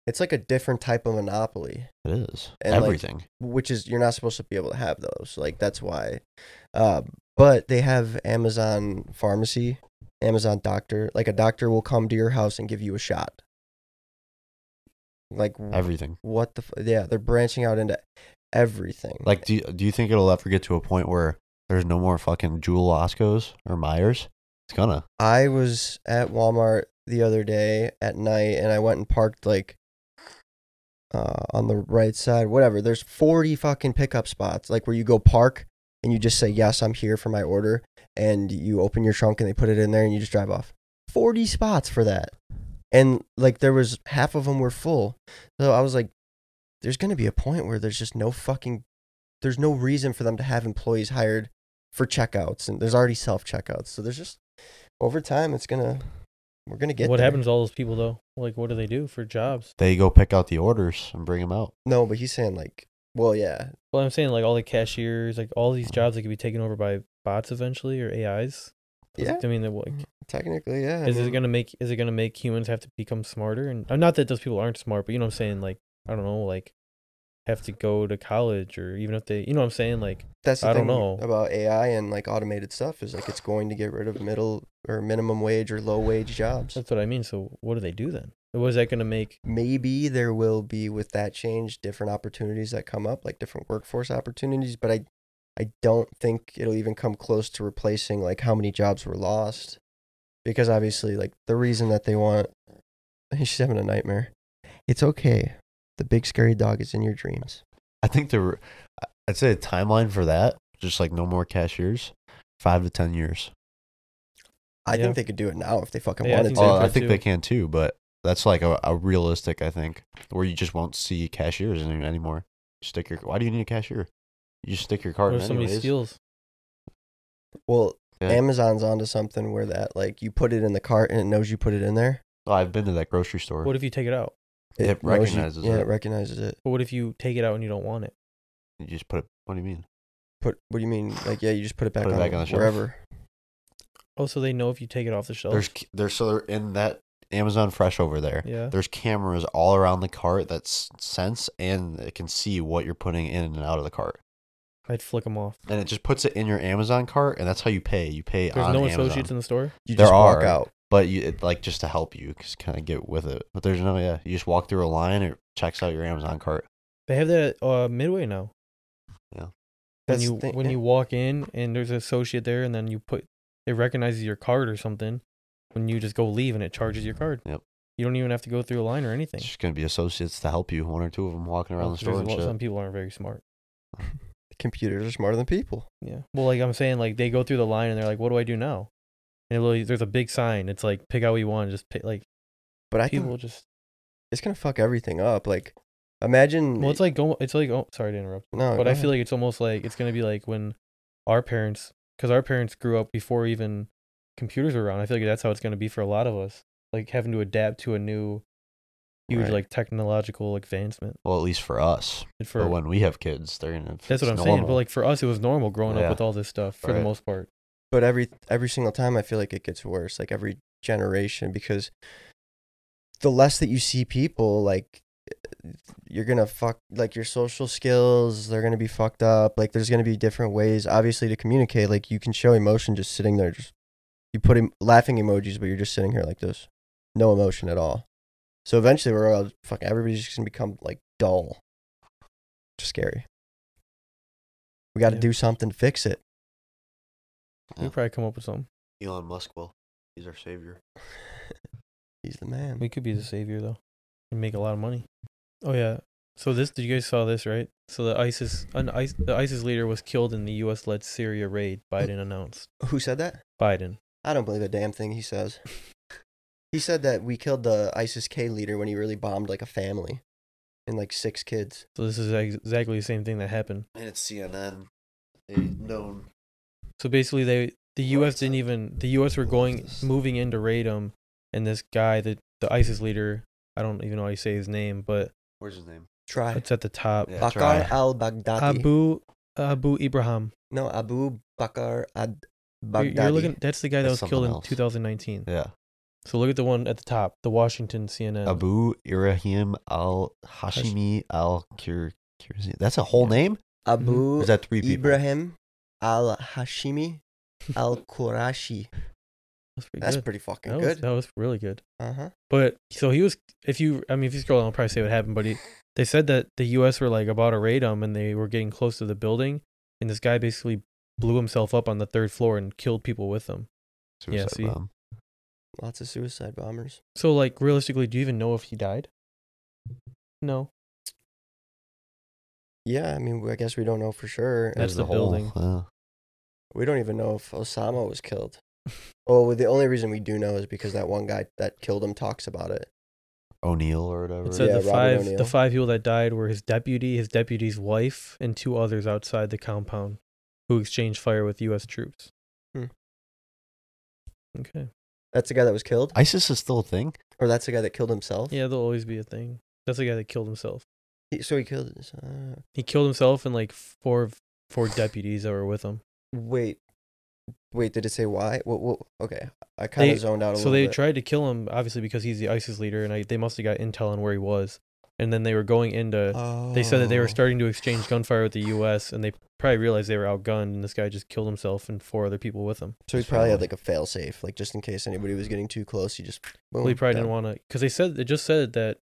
Speaker 2: it's like a different type of monopoly
Speaker 4: It is
Speaker 2: And, like,
Speaker 4: everything.
Speaker 2: which is you're not supposed to be able to have those. Like that's why. Uh, but they have Amazon pharmacy, Amazon doctor. Like a doctor will come to your house and give you a shot. Like w-
Speaker 4: everything.
Speaker 2: what the f- yeah? They're branching out into everything.
Speaker 4: Like, do you, do you think it'll ever get to a point where there's no more fucking Jewel Oscos or Myers? It's gonna.
Speaker 2: I was at Walmart the other day at night and I went and parked like uh, on the right side, whatever. There's 40 fucking pickup spots, like where you go park and you just say, Yes, I'm here for my order. And you open your trunk and they put it in there and you just drive off. 40 spots for that. And like there was half of them were full. So I was like, There's going to be a point where there's just no fucking, there's no reason for them to have employees hired for checkouts. And there's already self checkouts. So there's just, over time, it's going to, we're going to get
Speaker 3: what
Speaker 2: there.
Speaker 3: happens to all those people though? Like, what do they do for jobs?
Speaker 4: They go pick out the orders and bring them out.
Speaker 2: No, but he's saying like, well, yeah,
Speaker 3: Well, I'm saying like all the cashiers, like all these jobs that could be taken over by bots eventually or AIs.
Speaker 2: yeah,
Speaker 3: I mean, they're, like,
Speaker 2: technically, yeah. I
Speaker 3: is it
Speaker 2: mean,
Speaker 3: gonna make is it gonna make humans have to become smarter? And uh, not that those people aren't smart, but you know what I'm saying. Like, I don't know, like have to go to college or even if they, you know what I'm saying. Like,
Speaker 2: that's the
Speaker 3: I
Speaker 2: thing
Speaker 3: don't know.
Speaker 2: about AI and like automated stuff is like it's going to get rid of middle or minimum wage or low wage jobs.
Speaker 3: that's what I mean. So, what do they do then? What is that gonna make?
Speaker 2: Maybe there will be with that change different opportunities that come up, like different workforce opportunities, but I I don't think it'll even come close to replacing like how many jobs were lost, because obviously like the reason that they want she's having a nightmare. It's okay. The big scary dog is in your dreams.
Speaker 4: I think the r- I'd say a timeline for that, just like no more cashiers, five to ten years.
Speaker 2: I
Speaker 3: Yeah.
Speaker 2: think they could do it now if they fucking
Speaker 3: Yeah, I
Speaker 2: wanted
Speaker 3: think
Speaker 2: to.
Speaker 3: they
Speaker 4: Oh, I
Speaker 3: could
Speaker 4: think they
Speaker 3: too.
Speaker 4: can too, but that's like a, a realistic. I think where you just won't see cashiers any- anymore. Stick your. Why do you need a cashier? You just stick your card.
Speaker 3: What if
Speaker 4: in
Speaker 3: somebody
Speaker 4: anyways.
Speaker 3: steals?
Speaker 2: Well,
Speaker 4: Yeah.
Speaker 2: Amazon's onto something where that like you put it in the cart and it knows you put it in there.
Speaker 4: Oh, I've been to that grocery store.
Speaker 3: What if you take it out?
Speaker 4: It
Speaker 2: knows you-
Speaker 4: recognizes
Speaker 2: Yeah,
Speaker 4: it.
Speaker 2: it recognizes it.
Speaker 3: But what if you take it out and you don't want it?
Speaker 4: you just put it. What do you mean?
Speaker 2: Put what do you mean? Like yeah, you just put it back,
Speaker 4: Put it
Speaker 2: on,
Speaker 4: back on the shelf.
Speaker 2: wherever.
Speaker 3: Oh, so they know if you take it off the shelf.
Speaker 4: There's c- there's so they're in that Amazon Fresh over there.
Speaker 3: yeah.
Speaker 4: There's cameras all around the cart that s- sense and it can see what you're putting in and out of the cart,
Speaker 3: I'd flick them off.
Speaker 4: and it just puts it in your Amazon cart, and that's how you pay. You pay
Speaker 3: There's
Speaker 4: on
Speaker 3: no
Speaker 4: Amazon,
Speaker 3: associates in the store.
Speaker 2: You
Speaker 4: There
Speaker 2: just walk
Speaker 4: are.
Speaker 2: out.
Speaker 4: but you it, like just to help you, just kind of get with it. But there's no yeah. You just walk through a line, it checks out your Amazon cart.
Speaker 3: They have that at, uh, Midway now. When
Speaker 2: That's
Speaker 3: you
Speaker 2: the thing,
Speaker 3: when
Speaker 2: yeah.
Speaker 3: you walk in and there's an associate there, and then you put it recognizes your card or something. When you just go leave and it charges your card.
Speaker 4: Yep.
Speaker 3: You don't even have to go through a line or anything.
Speaker 4: It's just gonna be associates to help you. One or two of them walking around the
Speaker 3: There's
Speaker 4: store
Speaker 3: a
Speaker 4: and
Speaker 3: lot-
Speaker 4: shit.
Speaker 3: Some people aren't very smart.
Speaker 2: computers are smarter than people.
Speaker 3: Yeah. Well, like I'm saying, like they go through the line and they're like, "What do I do now?" And it literally, there's a big sign. It's like, "Pick out what you want." Just pick. Like
Speaker 2: But I think
Speaker 3: people just.
Speaker 2: it's gonna fuck everything up. Like imagine
Speaker 3: Well, it's like go. It's like oh, sorry to interrupt.
Speaker 2: no,
Speaker 3: but I feel like it's almost like it's gonna be like when our parents, because our parents grew up before even computers were around. I feel like that's how it's gonna be for a lot of us, like having to adapt to a new, huge
Speaker 2: Right.
Speaker 3: like technological advancement.
Speaker 4: Well, at least for us.
Speaker 3: And for
Speaker 4: but when we have kids, they're gonna.
Speaker 3: that's what I'm
Speaker 4: it's
Speaker 3: saying. But
Speaker 4: normal.
Speaker 3: like for us, it was normal growing
Speaker 4: Yeah.
Speaker 3: up with all this stuff for
Speaker 4: Right.
Speaker 3: the most part.
Speaker 2: but every every single time I feel like it gets worse, like every generation, because the less that you see people, like you're gonna fuck like your social skills, they're gonna be fucked up. Like there's gonna be different ways, obviously, to communicate. Like you can show emotion just sitting there, just you put em- laughing emojis, but you're just sitting here like this, no emotion at all. So eventually, we're all fuck. Everybody's just gonna become like dull, It's scary. We got to
Speaker 3: Yeah.
Speaker 2: do something to fix it.
Speaker 4: Yeah.
Speaker 3: We probably come up with something.
Speaker 4: Elon Musk will. He's our savior.
Speaker 2: He's the man.
Speaker 3: We could be the savior though, and make a lot of money. Oh yeah. So this, did you guys saw this right? So the ISIS, an ISIS, the ISIS leader was killed in the U.S.-led Syria raid. Biden announced.
Speaker 2: Who said that?
Speaker 3: Biden.
Speaker 2: I don't believe a damn thing he says. he said that we killed the ISIS K leader when he really bombed like a family and like six kids.
Speaker 3: So this is ex- exactly the same thing that happened.
Speaker 4: And it's CNN, a known
Speaker 3: So basically, they the
Speaker 4: Right,
Speaker 3: U.S. didn't
Speaker 4: so-
Speaker 3: even the U.S. were
Speaker 4: What was
Speaker 3: going
Speaker 4: this?
Speaker 3: moving in to raid him, and this guy, the the ISIS leader, I don't even know how you say his name, but
Speaker 4: Where's his name?
Speaker 2: Try.
Speaker 3: it's at the top.
Speaker 4: Yeah, try.
Speaker 2: Bakar al Baghdadi.
Speaker 3: Abu Abu Ibrahim.
Speaker 2: no, Abu Bakar al
Speaker 3: You're,
Speaker 2: Baghdadi.
Speaker 3: you're looking. That's the guy
Speaker 4: That's
Speaker 3: that was killed
Speaker 4: something
Speaker 3: in
Speaker 4: else.
Speaker 3: 2019.
Speaker 4: Yeah.
Speaker 3: So look at the one at the top, the Washington CNN.
Speaker 4: Abu Irahim al Hashimi al Kirzi. That's a whole name? Or
Speaker 2: Abu
Speaker 3: Mm-hmm.
Speaker 4: is that three people?
Speaker 2: Ibrahim al Hashimi al Qurashi.
Speaker 3: That's pretty
Speaker 2: That's
Speaker 3: good.
Speaker 2: pretty fucking
Speaker 3: that Was,
Speaker 2: good.
Speaker 3: that was really good.
Speaker 2: Uh huh.
Speaker 3: But so he was. If you, I mean, if you scroll down, I'll probably say what happened. But he, they said that the U.S. were like about to raid them, and they were getting close to the building, and this guy basically blew himself up on the third floor and killed people with him. Yeah,
Speaker 4: Suicide
Speaker 3: see?
Speaker 4: bomb.
Speaker 2: Lots of suicide bombers.
Speaker 3: So, like, realistically, do you even know if he died? No,
Speaker 2: Yeah, I mean, I guess we don't know for sure.
Speaker 3: That's
Speaker 4: There's
Speaker 3: the
Speaker 4: whole- uh,
Speaker 3: building.
Speaker 4: yeah.
Speaker 2: We don't even know if Osama was killed. Oh, well, the only reason we do know is because that one guy that killed him talks about it.
Speaker 4: O'Neill or whatever.
Speaker 3: it said
Speaker 2: Yeah,
Speaker 3: the
Speaker 2: Robert
Speaker 3: five
Speaker 2: O'Neill.
Speaker 3: the five people that died were his deputy, his deputy's wife, and two others outside the compound, who exchanged fire with U.S. troops.
Speaker 2: Hmm.
Speaker 3: Okay.
Speaker 2: That's the guy that was killed,
Speaker 4: ISIS is still a thing.
Speaker 2: or that's the guy that killed himself.
Speaker 3: Yeah, there'll always be a thing. That's the guy that killed himself.
Speaker 2: He- so he killed. his- Uh,
Speaker 3: He killed himself and like four four deputies that were with him.
Speaker 2: wait, wait. Did it say why? What? what okay, I kind
Speaker 3: They-
Speaker 2: of zoned out a
Speaker 3: So
Speaker 2: little
Speaker 3: they
Speaker 2: bit.
Speaker 3: tried to kill him, obviously because he's the ISIS leader, and I, they must have got intel on where he was. And then they were going into.
Speaker 2: Oh.
Speaker 3: They said that they were starting to exchange gunfire with the U.S., and they probably realized they were outgunned, and this guy just killed himself and four other people with him.
Speaker 2: So he probably had like a fail safe, like just in case anybody was getting too close. He just.
Speaker 3: Well, he
Speaker 2: boom,
Speaker 3: probably
Speaker 2: done.
Speaker 3: didn't want to, because they said they just said that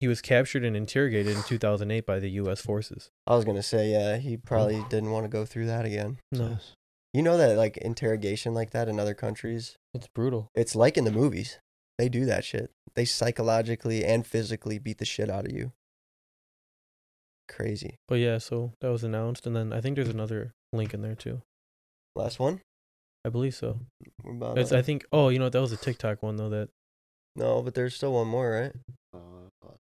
Speaker 3: He was captured and interrogated in 2008 by the U.S. forces.
Speaker 2: I was gonna say, yeah, he
Speaker 3: Hmm.
Speaker 2: probably didn't want to go through that again.
Speaker 3: No,
Speaker 2: You know that like interrogation like that in other countries,
Speaker 3: it's brutal.
Speaker 2: it's like in the movies. They do that shit. They psychologically and physically beat the shit out of you. Crazy.
Speaker 3: But yeah, so that was announced, and then I think there's another link in there too.
Speaker 2: Last one.
Speaker 3: I believe so.
Speaker 2: We're about
Speaker 3: It's,
Speaker 2: out.
Speaker 3: I think. Oh, you know what? That was a TikTok one though. That
Speaker 2: no, but there's still one more, right?
Speaker 4: Uh,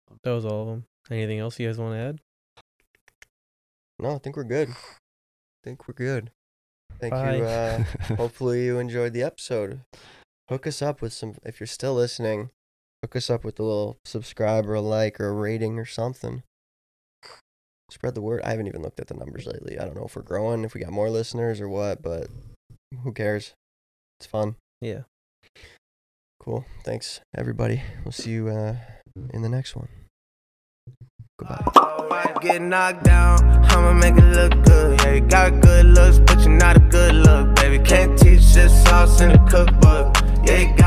Speaker 3: that was all of them. Anything else you guys want to add?
Speaker 2: No, I think we're good. I think we're good. Thank you.
Speaker 3: Bye.
Speaker 2: Uh, hopefully you enjoyed the episode hook us up with some if you're still listening hook us up with a little subscribe or a like or a rating or something spread the word i haven't even looked at the numbers lately i don't know if we're growing if we got more listeners or what but who cares it's fun
Speaker 3: Yeah.
Speaker 2: cool thanks everybody we'll see you uh, in the next one goodbye
Speaker 1: Always get knocked down. I'ma make it look good. Yeah, you got good looks, but you're not a good look, baby. Can't teach this sauce in a cookbook. Yeah, you got